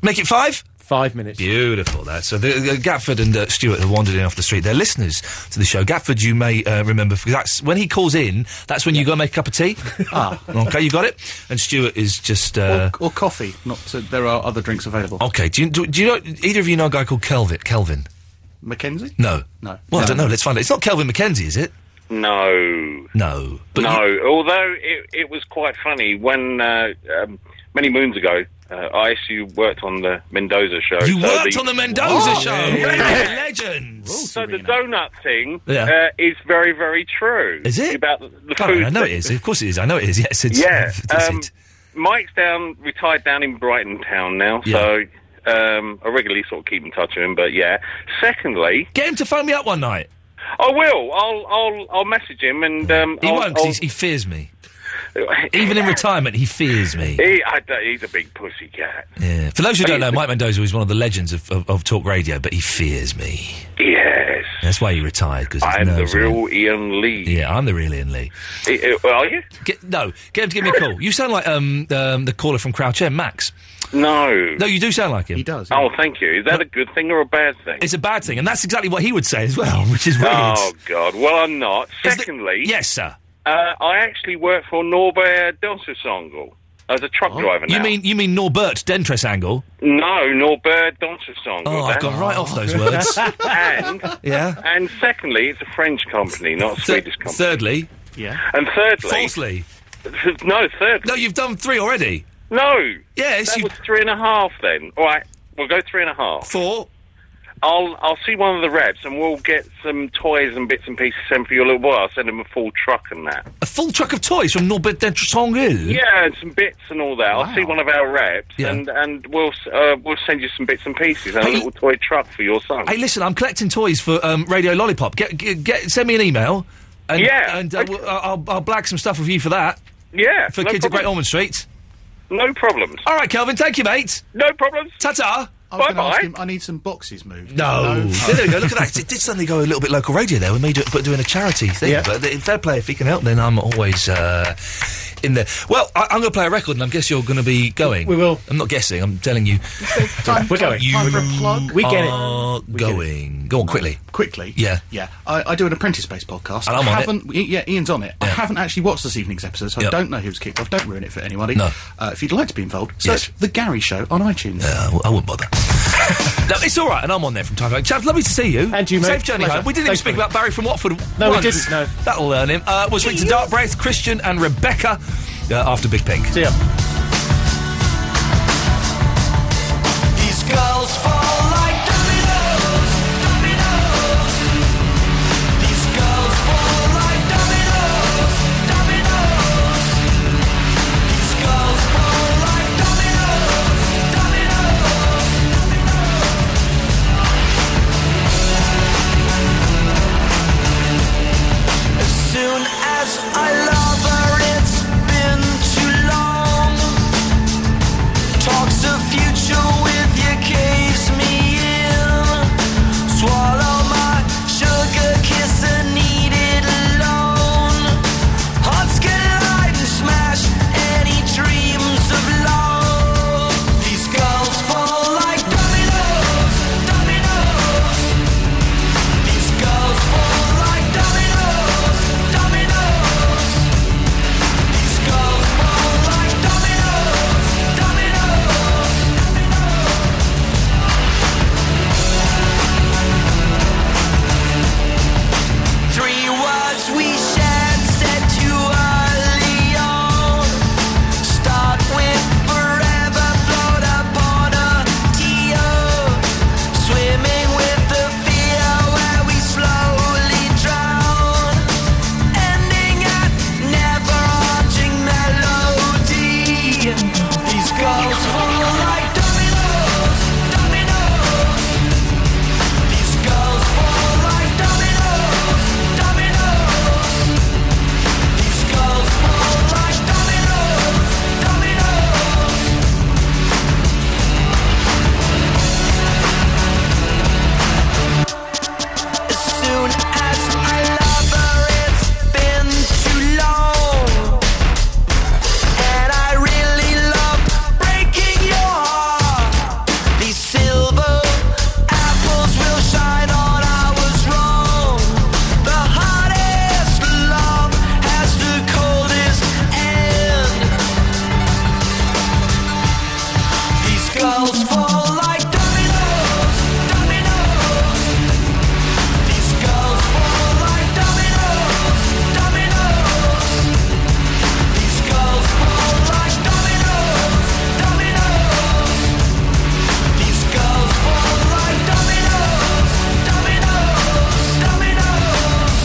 Make it five?
Five minutes.
Beautiful, that. So the, uh, Gatford and uh, Stuart have wandered in off the street. They're listeners to the show. Gatford, you may uh, remember, because that's when he calls in, that's when you go and make a cup of tea. ah. Okay, you got it? And Stuart is just. Uh, Oh.
Or coffee. Not so there are other drinks available.
okay, do you, do, do you know. Either of you know a guy called Kelvin? Kelvin?
Mackenzie?
No.
No.
Well, I
No.
don't know. Let's find out. It's not Kelvin McKenzie, is it?
No,
No. But
no. Although it, it was quite funny when uh, um, many moons ago, uh, ISU worked on the Mendoza show.
You
so
worked on the Mendoza
What?
show.
Yeah.
Legend.
So the donut thing
Yeah.
uh, is very, very true.
Is it?
about the
Come on,
food?
I know it is. Of course it is. I know it is. Yes, it's.
yeah.
it's
um,
it.
Mike's down, retired down in Brighton Town now, so um, I regularly sort of keep in touch with him. But yeah. Secondly,
Get him to phone me up one night.
I will. I'll I'll I'll message him and um,
He
I'll,
won't. 'cause
I'll-
he's- he fears me. Even in retirement, he fears me.
He, I, don't- he's a big pussy cat.
Yeah. For those who don't know, Mike Mendoza is one of the legends of, of, of talk radio, but he fears me.
Yes.
That's why he retired because
I'm the real Ian Lee.
Yeah, I'm the real Ian Lee.
Eh, eh, are you?
Get, no, get him to give me a call. You sound like um, um the caller from Crouch End, Max.
No.
No, you do sound like him. He
does.
Oh, thank you. Is that a good thing or a bad thing?
It's a bad thing, and that's exactly what he would say as well, which is weird.
Oh God. Well, I'm not. Secondly,
yes, sir.
Uh, I actually work for Norbert Donsasongle as a truck driver now.
You mean you mean Norbert Dentress angle?
No, Norbert Donsasongle.
Oh, I've gone right off those words.
and
Yeah.
and secondly, it's a French company, not a Swedish company.
Thirdly,
yeah.
And thirdly,
falsely.
No, thirdly.
No, you've done three already.
No.
Yes,
that
you-
was three and a half. Then, all right, we'll go three and a half.
Four.
I'll I'll see one of the reps, and we'll get some toys and bits and pieces sent for your little boy. I'll send him a full truck and that.
A full truck of toys from Norbert Dentress angle.
Yeah, and some bits and all that. I'll see one of our reps,
Yeah.
and and we'll s- uh, we'll send you some bits and pieces and a little toy truck for your son.
Hey, listen, I'm collecting toys for um, Radio Lollipop. Get, get, get send me an email. And,
Yeah,
and uh, we'll- I'll, I'll blag some stuff with you for that.
Yeah,
for
no
kids at Great
problem.
Ormond Street.
No problems.
All right, Calvin. Thank you, mate.
No problems.
Ta ta.
I was going to
Bye-bye.
ask him. I need some boxes moved.
No. there we go. Look at that. It did suddenly go a little bit local radio there with me do, but doing a charity thing.
Yeah.
But th- fair play, if he can help, then I'm always uh, in there. Well, I, I'm going to play a record, and I guess you're going to be going. We will. I'm not guessing. I'm telling you.
Time-
We're
time-
going.
time for a plug. We get it.
are
We get it.
going. Go on quickly.
Quickly.
Yeah.
Yeah, I, I do an apprentice based podcast.
And I'm
I
on it.
haven't, I- Yeah, Ian's on it. I haven't actually watched this evening's episode, so I don't know who's kicked off. Don't ruin it for anybody.
No.
Uh, if you'd like to be involved, search The Gary Show on iTunes.
Yeah, I wouldn't bother. no, it's all right, and I'm on there from time to time. Chaps, lovely to see you. And
you, mate.
Safe journey
Pleasure.
home. We didn't even
Thanks,
speak
mate.
about Barry from Watford.
No, we
once.
didn't, no.
That'll learn him. Uh, we'll speak to Darkbraith, Christian, and Rebecca uh, after Big Pink. See ya.
These girls fall like dominoes, dominoes. These girls fall like dominoes, dominoes. These girls fall like dominoes, dominoes. As soon as I love her, it's been too long. Talks of future with you caves me in. Swallow my sugar kiss and eat it alone. Hearts get light and smash any dreams of love. These girls fall like dominoes, dominoes. These girls fall like dominoes, dominoes. These girls fall like dominoes, dominoes. Three words we shared said too early on. Start with forever, float up on a TO. Swimming with the fear where we slowly drown. Ending at never arching melody. These girls fall like dominoes, dominoes. These girls fall like dominoes, dominoes. These girls fall like dominoes, dominoes. As soon as I love her, it's been too long. And I really love breaking your heart. These silver apples will shine on I was wrong. The hottest love has the coldest end. These girls fall like dominoes, dominoes. These girls fall like dominoes, dominoes. These girls fall like dominoes, dominoes. These girls fall like dominoes, dominoes, dominoes.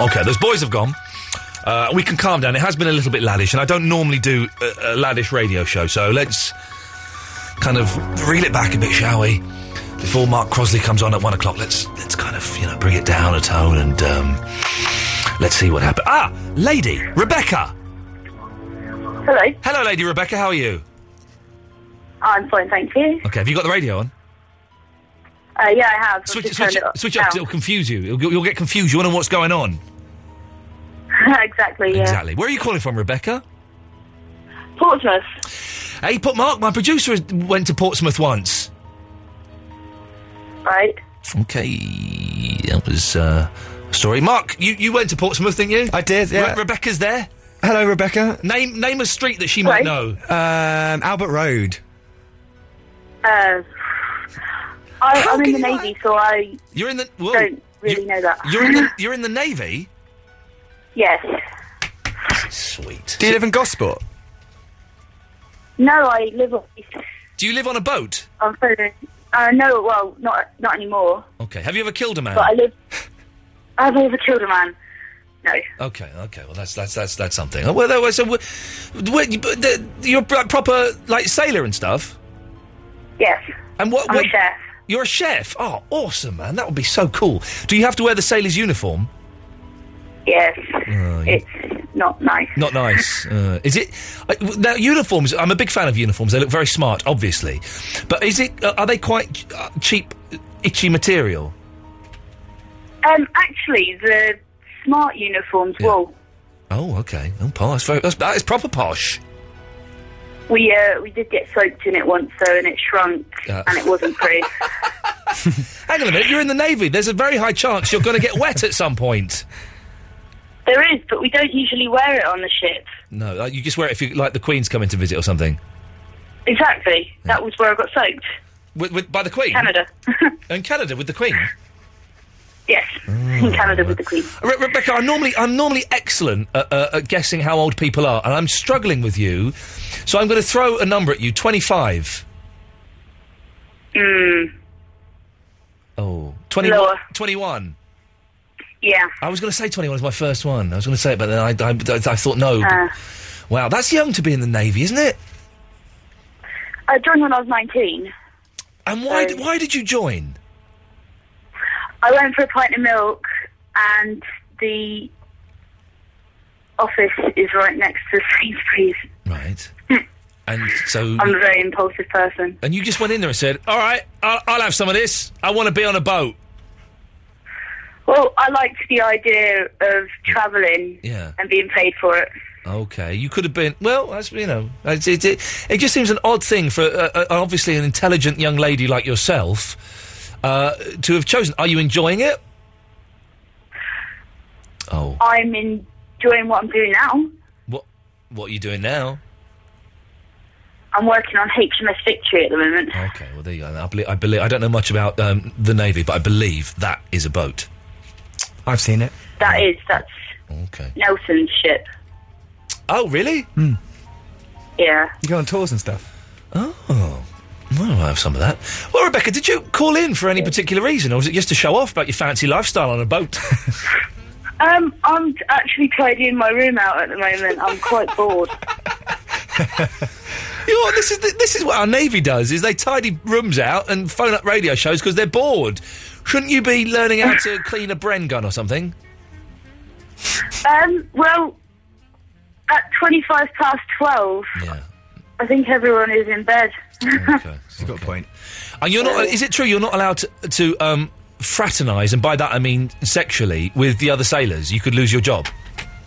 Okay, those boys have gone. Uh, we can calm down. It has been a little bit laddish, and I don't normally do a, a laddish radio show, so let's kind of reel it back a bit, shall we? Before Mark Crosley comes on at one o'clock, let's let's kind of you know bring it down a tone and um, let's see what happens. Ah, lady Rebecca.
Hello.
Hello, lady Rebecca. How are you?
I'm fine, thank you.
Okay, have you got the radio on?
Uh, yeah, I have. I've
Switch,
just
switch,
turned
it,
it off
switch it up. 'cause
now.
It'll confuse you. You'll, you'll get confused. You won't know what's going on.
exactly, yeah.
Exactly. Where are you calling from, Rebecca?
Portsmouth.
Hey, put Mark. My producer has- went to Portsmouth once.
Right.
Okay, that was uh, a story. Mark, you, you went to Portsmouth, didn't you? I did.
yeah.
Rebecca's there.
Hello, Rebecca.
Name name a street that she might know.
Um, Albert Road.
Uh, I, I'm in the Navy, so I
You're in the whoa,
don't really know that.
you're in the you're in the navy.
yes.
Sweet.
Do you live in Gosport?
No, I live on...
Do you live on a boat?
I'm from... Uh, no, well, not not anymore.
Okay. Have you ever killed a man?
But I live... I've never killed a man. No.
Okay, okay. Well, that's that's that's that's something. Oh, Well, that was a, w- w- you- but the- you're like proper like sailor and stuff.
Yes.
And what?
I'm a
what
chef.
You're a chef. Oh, awesome, man. That would be so cool. Do you have to wear the sailor's uniform?
Yes,
Oh, you-
it's not nice.
Not nice. Uh, is it? Uh, w- now, uniforms. I'm a big fan of uniforms. They look very smart, obviously. But is it? Uh, are they quite ch- uh, cheap, itchy material?
Um, actually, the smart uniforms. Well,
Oh, okay. Oh, posh. Very, that's, that is proper posh.
we uh, we did get soaked in it once though, and it shrunk,
Uh,
and it wasn't pretty.
Hang on a minute. You're in the navy. There's a very high chance you're going to get wet at some point.
there is, but we don't usually wear it on the ship.
No, like, you just wear it if you like the Queen's coming to visit or something.
Exactly. That was where I got soaked.
With, with, by the Queen?
Canada.
In Canada with the Queen.
Yes, in Canada with the Queen.
Re- Rebecca, I'm normally I'm normally excellent at, uh, at guessing how old people are, and I'm struggling with you. So I'm going to throw a number at you: twenty-five.
Mm,
Oh, 21.
Lower.
21.
yeah.
I was going to say 21 was my first one. I was going to say it, but then I, I, I thought no.
Uh,
Wow, that's young to be in the navy, isn't it?
I joined when I was 19.
And why d- why did you join?
I went for a pint of milk, and the office is right next to Sainsbury's.
Right. and so
I'm a very impulsive person.
and you just went in there and said, "All right, I'll, I'll have some of this. I want to be on a boat."
Well, I liked the idea of travelling
Yeah.
and being paid for it.
Okay, you could have been. Well, that's you know, it's, it, it, it just seems an odd thing for uh, uh, obviously an intelligent young lady like yourself uh, to have chosen. Are you enjoying it? Oh,
I'm enjoying what I'm doing now.
what what are you doing now?
I'm working on HMS Victory at the moment.
Okay, well there you go. I believe I, believe, I don't know much about um, the navy, but I believe that is a boat.
I've seen it.
That is, that's Nelson's ship.
Oh, really?
Yeah.
Hmm. You go on tours and stuff.
Oh, well, I have some of that. Well, Rebecca, did you call in for any particular reason, or was it just to show off about your fancy lifestyle on a boat?
Um, I'm actually tidying my room out at the moment. I'm quite bored.
You know, what, this is the, this is what our navy does: is they tidy rooms out and phone up radio shows because they're bored. Shouldn't you be learning how to clean a Bren gun or something?
Um, well, at 25 past 12, I think everyone is in bed.
You've got a point. And you're not. Is it true you're not allowed to, to um, fraternise, and by that I mean sexually, with the other sailors? You could lose your job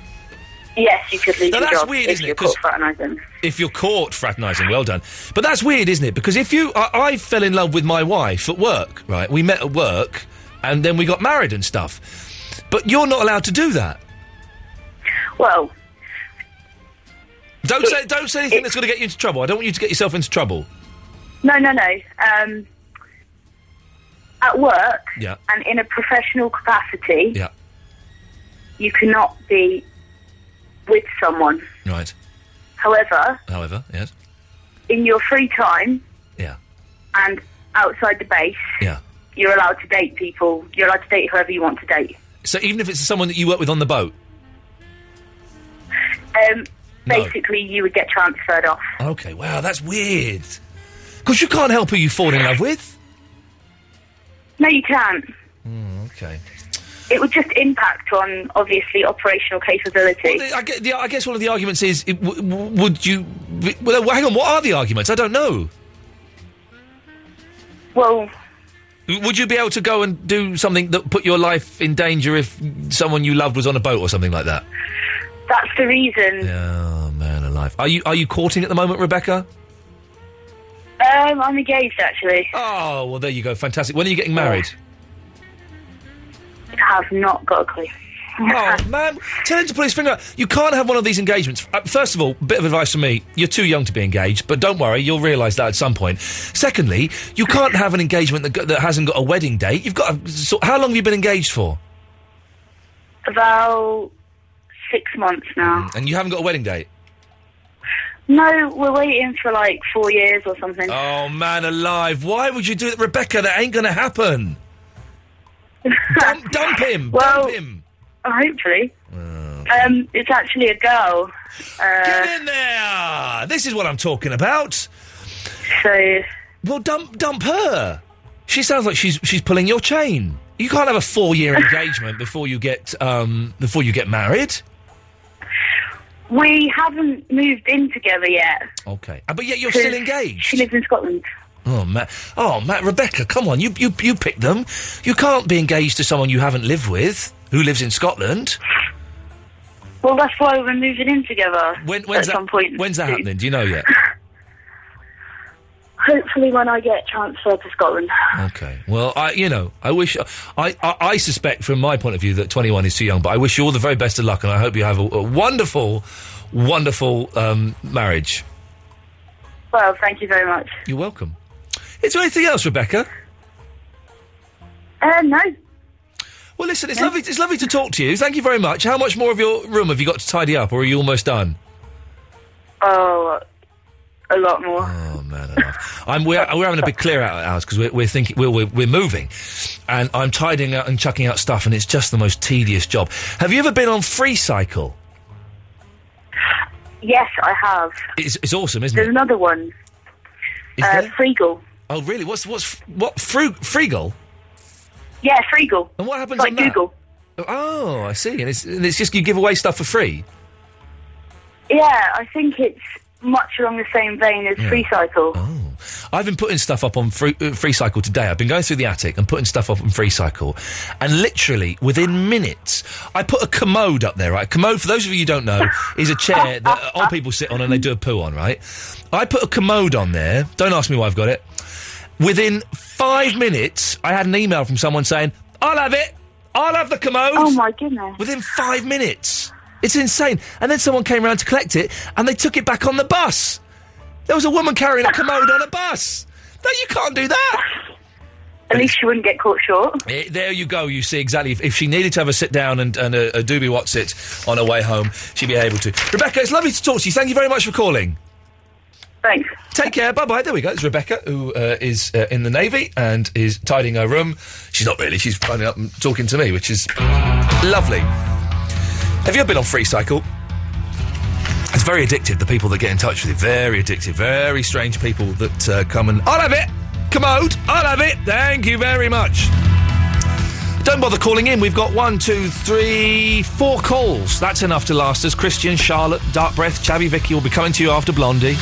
yes, you could leave
Now,
your
that's
job
weird,
if
isn't it?
you're
'Cause-
caught fraternising.
if you're caught fraternising. Well done. But that's weird, isn't it? Because if you, I, I fell in love with my wife at work. Right, we met at work, and then we got married and stuff. But you're not allowed to do that.
Well,
Don't say don't say anything that's going to get you into trouble. I don't want you to get yourself into trouble.
no, no, no. Um, at work
Yeah.
and in a professional capacity,
Yeah.
you cannot be with someone.
Right.
However,
However, yes.
in your free time
Yeah.
and outside the base,
Yeah.
you're allowed to date people. You're allowed to date whoever you want to date.
So even if it's someone that you work with on the boat.
Um,
No.
basically, you would get transferred off.
Okay. Wow, that's weird. Because you can't help who you fall in love with.
No, you can't.
Okay.
It would just impact on obviously operational capability.
I guess, the, I guess one of the arguments is it, w- w- would you? w- Well, hang on. What are the arguments? I don't know.
Well,
Would you be able to go and do something that put your life in danger if someone you loved was on a boat or something like that?
that's the reason.
Oh man, alive! Are you are you courting at the moment, Rebecca?
Um, I'm engaged actually.
Oh well, there you go. Fantastic. When are you getting married?
Have not got a clue.
oh man, tell him to put his finger. out. You can't have one of these engagements. Uh, First of all, bit of advice from me: you're too young to be engaged, but don't worry, you'll realise that at some point. Secondly, you can't have an engagement that, go- that hasn't got a wedding date. You've got. To, so, how long have you been engaged for?
About six months now.
And you haven't got a wedding date.
No, we're waiting for like four years or something.
Oh man, alive! Why would you do that, Rebecca? That ain't going to happen. dump, dump him.
well,
dump him.
Oh, hopefully.
Oh.
Um, it's actually a girl. Uh,
Get in there. This is what I'm talking about.
So.
Well, dump, dump her. She sounds like she's she's pulling your chain. You can't have a four year engagement before you get um, before you get married.
We haven't moved in together yet.
Okay, Uh, but yet you're still
'cause
engaged.
She lives in Scotland.
Oh Matt, oh Matt, Rebecca, come on, you you you pick them. You can't be engaged to someone you haven't lived with who lives in Scotland.
Well, that's why we're moving in together.
When, when's
at
that,
some point.
When's that
soon.
happening? Do you know yet?
Hopefully, when I get transferred to Scotland.
Okay. Well, I, you know, I wish, I, I, I suspect from my point of view that 21 is too young, but I wish you all the very best of luck and I hope you have a, a wonderful, wonderful um, marriage.
Well, thank you very much.
You're welcome. Is there anything else, Rebecca?
Uh, no.
Well, listen, it's lovely. It's lovely to talk to you. Thank you very much. How much more of your room have you got to tidy up, or are you almost done?
Oh, a lot more.
Oh, I'm, we're, we're having a big clear out at ours because we're, we're thinking we're, we're, we're moving, and I'm tidying out and chucking out stuff, and it's just the most tedious job. Have you ever been on Free Cycle?
Yes, I have.
It's, it's awesome, isn't
There's
it?
another one.
Is
uh,
there?
Freegal.
Oh, really? What's what's f- what Frug- Freegal?
Yeah, Freegal.
And what happens
like
on that?
Google.
Oh, I see. And it's, and it's just you give away stuff for free.
Yeah, I think it's much along the same vein as
Yeah. Oh.
Freecycle.
I've been putting stuff up on free, uh, free Cycle today. I've been going through the attic and putting stuff up on Free Cycle, and literally within minutes, I put a commode up there. Right, commode for those of you who don't know is a chair that uh, old people sit on and they do a poo on. Right, I put a commode on there. Don't ask me why I've got it. Within five minutes, I had an email from someone saying, "I'll have it. I'll have the commode." Oh my
goodness!
Within five minutes, it's insane. And then someone came around to collect it, and they took it back on the bus. There was a woman carrying a commode on a bus. No, you can't do that.
At least she wouldn't get caught short.
Eh, there you go. You see exactly. If, if she needed to have a sit down and, and a, a doobie what's it on her way home, she'd be able to. Rebecca, it's lovely to talk to you. Thank you very much for calling.
Thanks.
Take care. Bye bye. There we go. It's Rebecca, who uh, is uh, in the Navy and is tidying her room. She's not really. She's running up and talking to me, which is lovely. Have you ever been on Free Cycle? It's very addictive. The people that get in touch with you, very addictive. Very strange people that uh, come and I'll have it. Commode. I'll have it. Thank you very much. Don't bother calling in. We've got one, two, three, four calls. That's enough to last us. Christian, Charlotte, Dark Breath, Chabby Vicky will be coming to you after Blondie.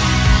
Time to the other side.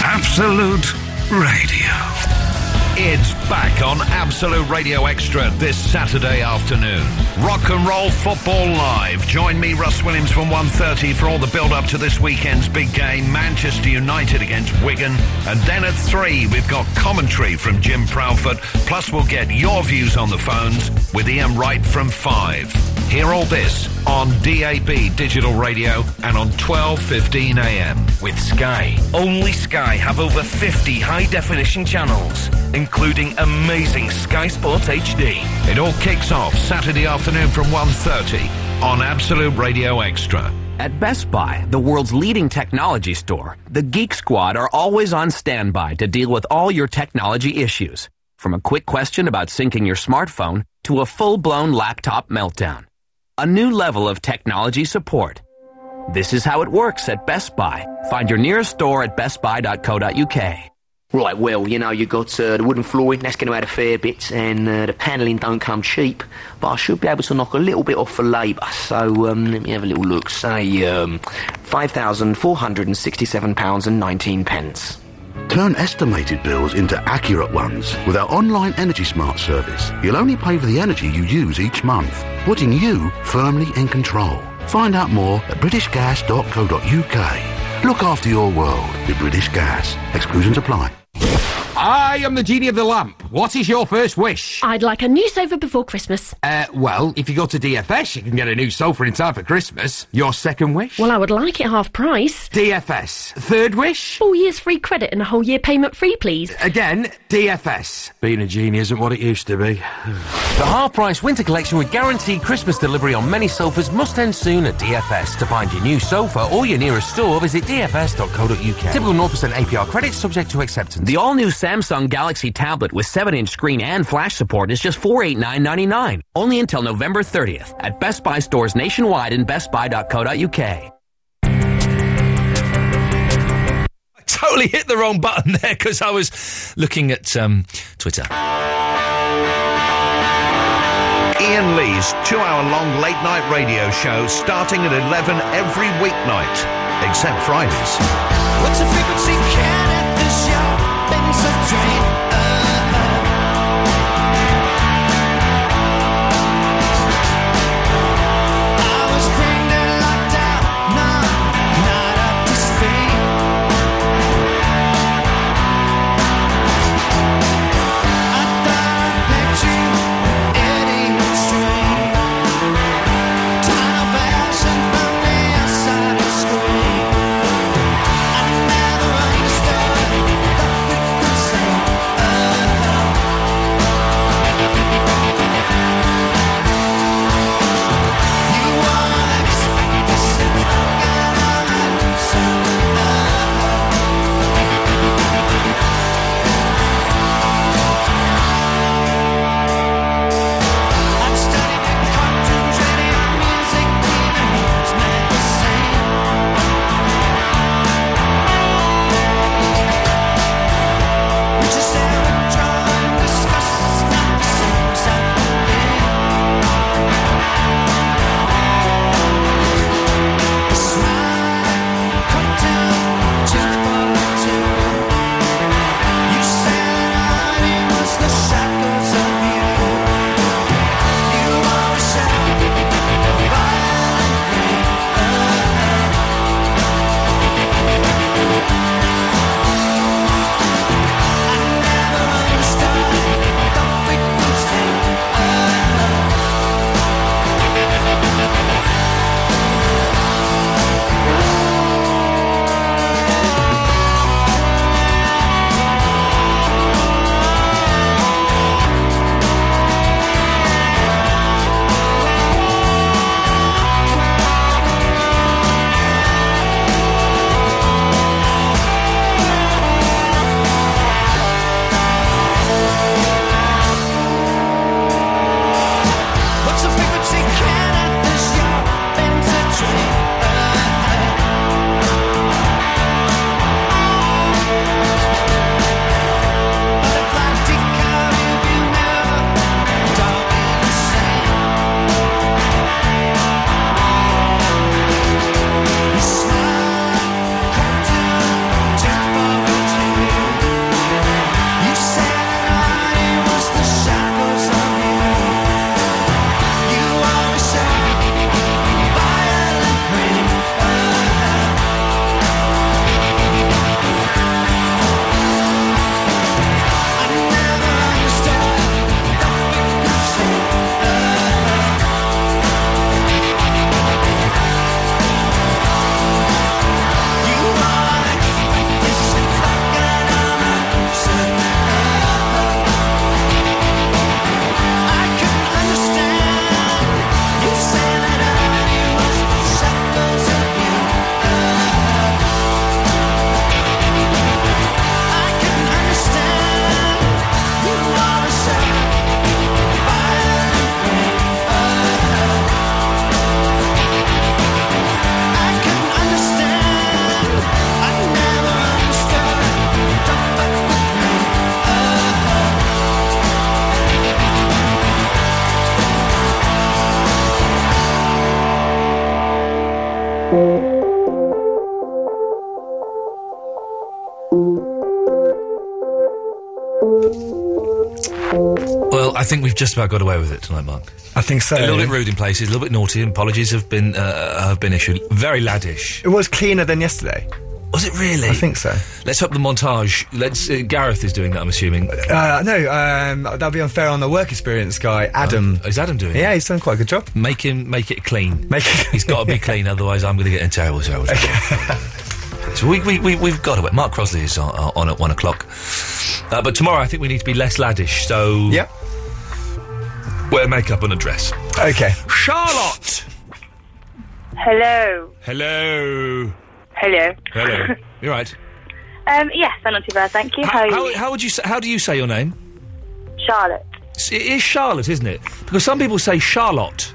Absolute Radio.
It's back on Absolute Radio Extra this Saturday afternoon. Rock and Roll Football Live. Join me, Russ Williams, from 1.30 for all the build-up to this weekend's big game, Manchester United against Wigan. And then at 3, we've got commentary from Jim Proudfoot, plus we'll get your views on the phones with Ian Wright from 5. Hear all this on DAB Digital Radio and on 12.15am.
With Sky. Only Sky have over 50 high definition channels, including amazing Sky Sport HD.
It all kicks off Saturday afternoon from 1.30 on Absolute Radio Extra.
At Best Buy, the world's leading technology store, the Geek Squad are always on standby to deal with all your technology issues. From a quick question about syncing your smartphone to a full blown laptop meltdown. A new level of technology support. This is how it works at Best Buy. Find your nearest store at bestbuy.co.uk.
Right, well, you know, you got uh, the wooden flooring, that's going to add a fair bit, and uh, the panelling don't come cheap, but I should be able to knock a little bit off for labour, so um, let me have a little look. Say, um, £5,467.19. pence.
Turn estimated bills into accurate ones with our online Energy Smart service. You'll only pay for the energy you use each month, putting you firmly in control. Find out more at britishgas.co.uk. Look after your world with British Gas. Exclusions apply.
I am the genie of the lamp. What is your first wish?
I'd like a new sofa before Christmas.
Uh, well, if you go to DFS, you can get a new sofa in time for Christmas. Your second wish?
Well, I would like it half price.
DFS. Third wish?
Four years free credit and a whole year payment free, please.
Again, DFS.
Being a genie isn't what it used to be.
The half price winter collection with guaranteed Christmas delivery on many sofas must end soon at DFS. To find your new sofa or your nearest store, visit dfs.co.uk.
Typical 0% APR credit subject to acceptance. The all new Samsung Galaxy tablet with 7 inch screen and flash support is just $489.99. Only until November 30th at Best Buy stores nationwide and bestbuy.co.uk.
Totally hit the wrong button there because I was looking at um, Twitter.
Ian Lee's two hour long late night radio show starting at 11 every weeknight, except Fridays.
What's the frequency count at the show? Been so drained. uh-huh. I was cranked and locked out. No, not up to speed. I thought I picked you, Eddie String. Time passing from the outside of the screen. I never understood.
Well, I think we've just about got away with it tonight, Mark. I think so. A little bit rude in places, a little bit naughty, and apologies have been uh, have been issued. Very laddish.
It was cleaner than yesterday.
Was it really?
I think so.
Let's up the montage. Let's. Uh, Gareth is doing that, I'm assuming.
Uh, no, um, that'd be unfair on the work experience guy, Adam.
Oh, is Adam doing?
Yeah, he's done quite a good job.
Make him make it clean. Make it He's got to be clean, otherwise I'm going to get in terrible trouble. so we, we, we, we've got to wait. Mark Crosley is on, on at one o'clock. Uh, but tomorrow I think we need to be less laddish, so. Yep. Wear makeup and a dress.
Okay.
Charlotte!
Hello.
Hello.
Hello.
Hello. You're right.
Um, yes, I'm not too bad, thank you. How, are
How,
you?
how would you say, how do you say your name?
Charlotte.
S- It is Charlotte, isn't it? Because some people say Charlotte.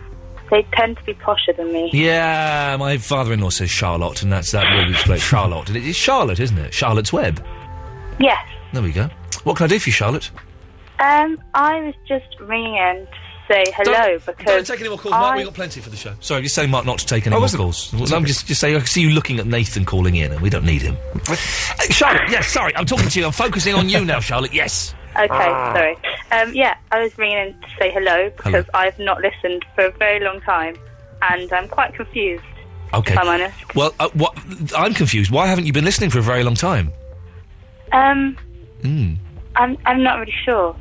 They tend to be posher than me.
Yeah, my father-in-law says Charlotte, and that's that word we split. Charlotte. And it is Charlotte, isn't it? Charlotte's Web.
Yes.
There we go. What can I do for you, Charlotte?
Um, I was just ringing in to say hello because
don't take any more calls, Mark.
I-
We've got plenty for the show. Sorry, you're saying Mark not to take any more
wasn't-
calls. Well, I'm just, just saying, I can see you looking at Nathan calling in, and we don't need him. Uh, Charlotte, yes, sorry, I'm talking to you. I'm focusing on you now, Charlotte, yes.
Okay,
Ah.
sorry. Um, yeah, I was ringing in to say hello because I've not listened for a very long time, and I'm quite confused.
Okay.
If I'm honest.
Well, uh, what, I'm confused. Why haven't you been listening for a very long time?
Um,
Mm.
I'm I'm not really sure.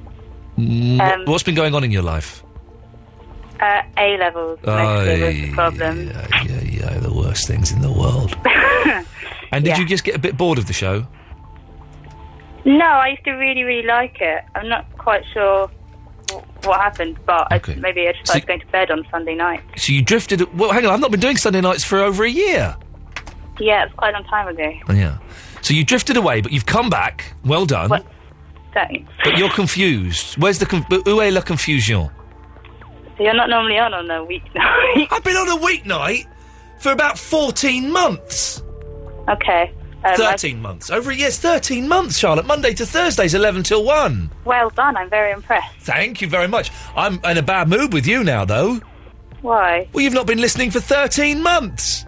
Mm, wh-
Um,
What's been going on in your life?
Uh, A levels mostly was the problem.
Ah, Yeah, the worst things in the world. and did you just get a bit bored of the show?
No, I used to really really like it. I'm not quite sure wh- what happened, but
Okay.
I, maybe I just started going to bed on Sunday night.
So you drifted. Well, hang on, I've not been doing Sunday nights for over a year.
Yeah, it was quite a long time ago.
Oh, yeah. So you drifted away, but you've come back. Well done.
Thanks.
But you're confused. Where's the conf- où est la confusion?
So you're not normally on on a weeknight.
I've been on a weeknight for about fourteen months.
Okay.
Uh,
Um,
thirteen months. Over a year's thirteen months, Charlotte. Monday to Thursdays, eleven till one.
I- well done. I'm very impressed.
Thank you very much. I'm in a bad mood with you now, though.
Why?
Well, you've not been listening for thirteen months.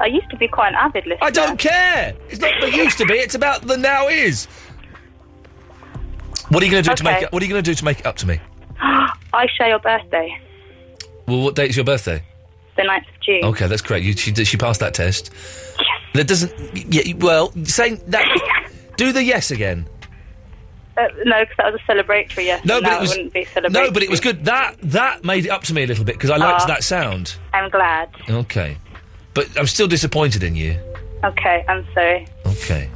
I used to be quite an avid listener.
I don't care. It's not what it used to be. It's about the now is. What are you going to do to
Okay.
make it? What are you going to do to make it up to me?
I share your birthday,
Well, what date's your birthday?
the 9th of June.
Okay, that's great. You, she, did- she passed that test. That doesn't. Yeah, you- well, saying that. do the yes again.
Uh, no, because that was a celebratory, yes.
No,
and
but
now
it was.
wouldn't be celebratory.
no, but it was good. That that made it up to me a little bit because I liked
Ah.
that sound.
I'm glad.
Okay, but I'm still disappointed in you.
Okay, I'm sorry.
Okay.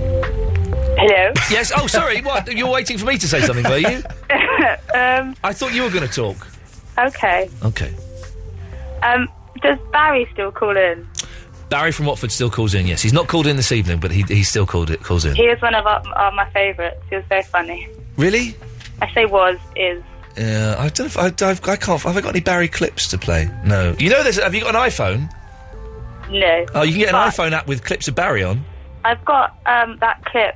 Hello?
Yes. Oh, sorry. What? You were waiting for me to say something, were you?
um,
I thought you were going to talk.
okay.
Okay.
Um, does Barry still call in?
Barry from Watford still calls in. Yes, he's not called in this evening, but he he still called it calls in.
He is one of our, uh, my favourites. He was very funny.
Really?
I say was, is.
Yeah, I don't. know If I, I've, I can't. Have I got any Barry clips to play? No. You know this? Have you got an iPhone?
No.
Oh, you can get an
But
iPhone app with clips of Barry on.
I've got um, that clip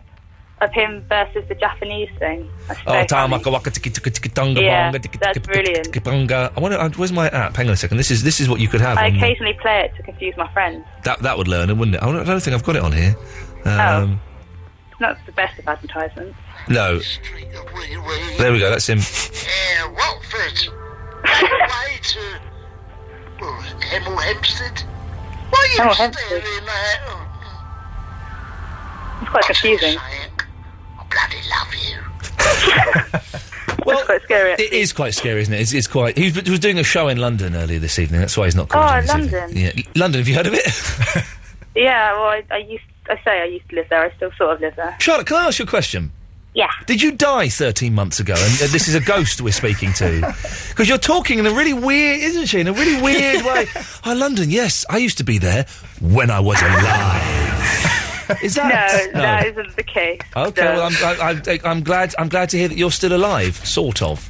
of him versus the Japanese thing. That's
Oh,
very
tamaka waka tiki tiki tiki tonga
Yeah,
bonga tiki
that's
tiki
brilliant.
tiki bonga. I wonder. uh, Where's my app? Hang on a second. This is this is what you could have.
I
on-
occasionally play it to confuse my friends.
That that would learn, it, wouldn't it? I don't, I don't think I've got it on here. Um,
It's not the best of advertisements.
No. There we go. That's him.
Uh, Watford. Way to well, Hemel Hempstead. Why are you
Hemel
staring
Hempstead.
at oh,
It's quite confusing.
I bloody love you.
Well, it's quite scary. It is quite scary, isn't it? It's, it's quite. He was, was doing a show in London earlier this evening. That's why he's not called
Oh,
in this evening.
London.
Yeah, London. Have you heard of it?
Yeah, well, I, I used. I say I used to live there. I still sort of live there.
Charlotte, can I ask you a question?
Yeah.
Did you die 13 months ago? And uh, this is a ghost we're speaking to. Because you're talking in a really weird, isn't she? In a really weird way. Oh, London, yes, I used to be there when I was alive. Is that- No.
no,
Oh,
That isn't the case.
Okay,
No.
well, I'm, I, I, I'm glad. I'm glad to hear that you're still alive, sort of.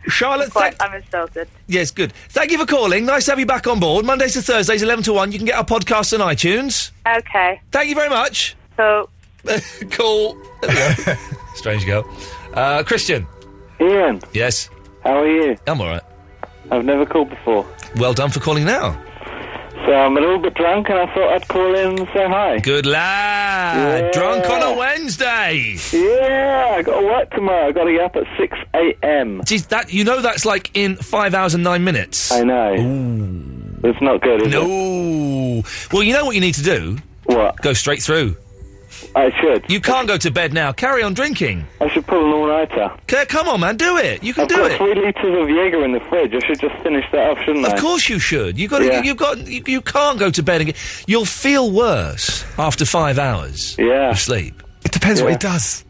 Charlotte,
quite, I'm insulted.
Yes, good. Thank you for calling. Nice to have you back on board. Mondays to Thursdays, eleven to one. You can get our podcast on iTunes.
Okay.
Thank you very much.
So.
cool. There we go. Strange girl. Uh, Christian.
Ian.
Yes.
How are you?
I'm all right.
I've never called before.
Well done for calling now.
So I'm a little bit drunk and I thought I'd call in and say hi.
Good lad. Drunk on a Wednesday.
Yeah, I got to work tomorrow. I got to get up at 6 a.m.
Geez, that you know that's like in five hours and nine minutes. Mm.
I know. It's not good, is it?
No. Well, you know what you need to do.
What?
Go straight through.
I should.
You can't go to bed now. Carry on drinking.
I should pull an all-nighter.
Okay, come on, man, do it. You can
I've
do
got
it.
three litres of Jaeger in the fridge. I should just finish that off, shouldn't I?
Of course you should. You got. to
Yeah.
You've got. You, you can't go to bed again. You'll feel worse after five hours. Yeah. Of sleep. It
depends what he does.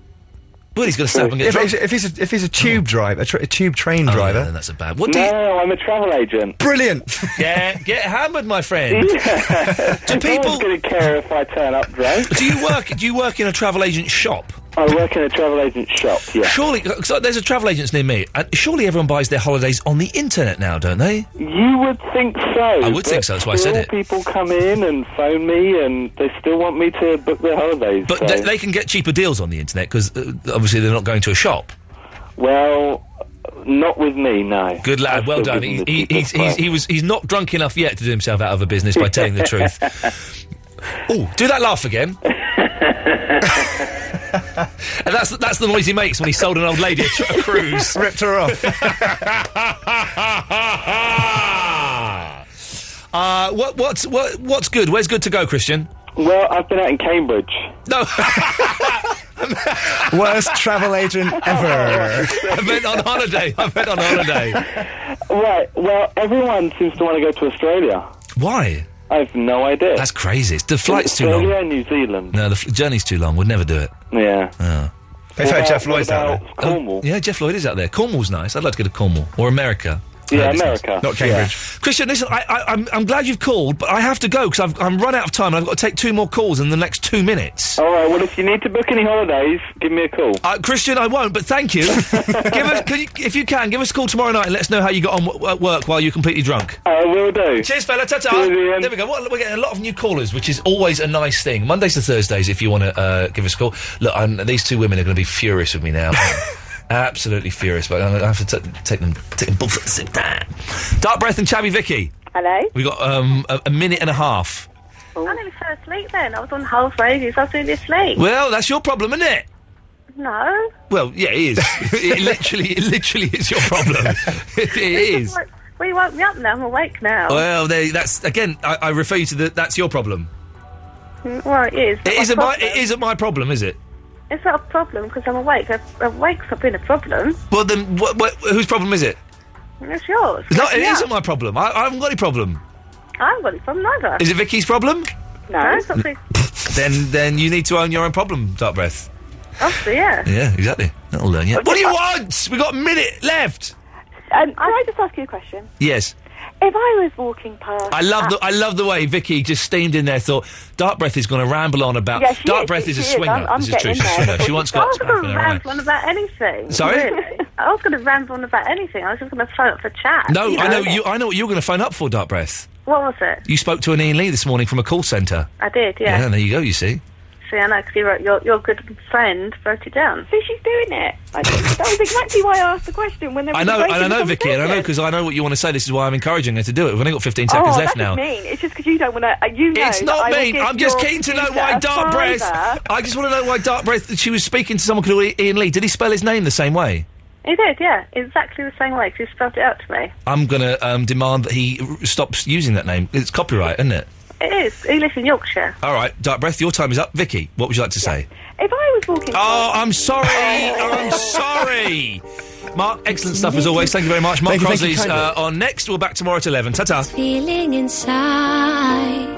Well, he's going to snap and get
if,
drunk.
if he's a, if he's a tube driver, a, tr- a tube train driver,
then that's a bad.
no, I'm a travel agent.
Brilliant.
yeah, get hammered, my friend. do people
going to care if I turn up drunk?
Do you work? Do you work in a travel agent shop?
I work in a travel agent shop. Yeah.
Surely, cause uh, there's a travel agents near me, and surely everyone buys their holidays on the internet now, don't they?
You would think so.
I would think
but
so, that's why I said
still
it.
People come in and phone me, and they still want me to book their holidays.
But
so-
they, they can get cheaper deals on the internet because uh, obviously they're not going to a shop.
well, not with me, no.
Good lad,
I've
well
still
done. He,
given
he,
the
he's,
cheapest
he's, he was he's not drunk enough yet to do himself out of a business by telling the truth. Oh, do that laugh again. and that's that's the noise he makes when he sold an old lady a, tr- a cruise,
ripped her off.
uh, what what's what what's good? Where's good to go, Christian?
Well, I've been out in Cambridge.
No.
Worst travel agent ever.
I meant on holiday. I meant on holiday.
Right. Well, everyone seems to want to go to Australia.
Why?
I'i've no idea.
That's crazy. It's- The flight's too long.
Australia and New Zealand.
No, the f- journey's too long. We'd never do it.
Yeah.
Oh.
They've What had Jeff about- Lloyd's what out there. about
Cornwall. Oh, yeah, Jeff Lloyd is out there. Cornwall's nice. I'd like to go to Cornwall or America. I
Yeah,
heard it's nice.
America. Not Cambridge.
Christian, listen, I, I, I'm, I'm glad you've called, but I have to go because I'm run out of time. and I've got to take two more calls in the next two minutes.
All right. Well, if you need to book any holidays, give me a call.
Uh, Christian, I won't, but thank you. give us, can you. If you can, give us a call tomorrow night and let us know how you got on w- at work while you're completely drunk.
I will do.
Cheers, fella. Ta-ta. There we go. What, we're getting a lot of new callers, which is always a nice thing. Mondays to Thursdays, if you want to uh, give us a call. Look, I'm, these two women are going to be furious with me now. Absolutely furious, but I'm going to have to t- take them, take them both at the same time. Dark breath and chabby Vicky.
Hello?
We got um, a, a minute and a half.
I nearly fell asleep then. I was on half radius. I was really asleep.
Well, that's your problem, isn't it?
no.
Well, yeah, it is. it literally, it literally is your problem. it is.
Like, Well, you woke me up now. I'm awake now.
Well, they, that's again. I, I refer you to the, that's your problem.
Mm, well it is.
It
It's
isn't
not
my.
a
It isn't my problem, is it?
problem. It's not a problem because I'm awake. A- Awake's not been a problem.
Well, then, wh- wh- whose problem is it?
It's yours.
No,
Wake
it
me up.
not my problem. I, I haven't got any problem.
I haven't got it from neither.
Is it Vicky's problem?
No, it's not been-
Then, then you need to own your own problem, Dark Breath.
obviously, yeah.
Yeah, exactly. That'll learn you. What do you want? We got a minute left.
Um, can I just ask you a question?
Yes,
If I was walking past,
I love the I love the way Vicky just steamed in there. Thought Dark Breath is going to ramble on about.
Yeah, she
Dark
is,
Breath
she-
is a
she is.
swinger.
I'm- I'm
this is true.
getting
She's a
there.
swinger. She wants
I was
got
going to
all right.
ramble on about anything.
Sorry?
really. I was going to ramble on about anything. I was just going to phone up for chat.
No,
you
I know you. I know what you were going to phone up for, Dark Breath.
What was it?
You spoke to an Ian Lee this morning from a call centre.
I did, yeah.
there you go. You see.
See, I know, because you wrote, your, your good friend wrote it down.
so she's doing it. I, that was exactly why I asked the question when there was
I know,
a break
and I
in the
know, Vicky, and I know
conversation.
because I know what you want to say. This is why I'm encouraging her to do it. We've only got 15 seconds
oh,
left
that's
now.
mean. It's just because you don't want to. You know
It's
that
not
I will
mean.
give
I'm just
your
keen to know
producer
why
a
Dark
fiver.
Breath. I just want to know why Dark Breath. She was speaking to someone called Ian Lee. Did he spell his name the same way?
He did, yeah. Exactly the same way, 'cause you spelled it out to me.
I'm going to um, demand that he r- stops using that name. It's copyright, isn't it?
It is. He lives in Yorkshire.
All right, Dark Breath, your time is up. Vicky, what would you like to say?
If I was walking, Oh.
Oh, I'm sorry. I'm sorry. Mark, excellent stuff as always. Thank you very much. Mark uh,
Thank you, thank you
Crosley's
kindly.
uh, on next. We're back tomorrow at 11. Ta ta.
feeling inside.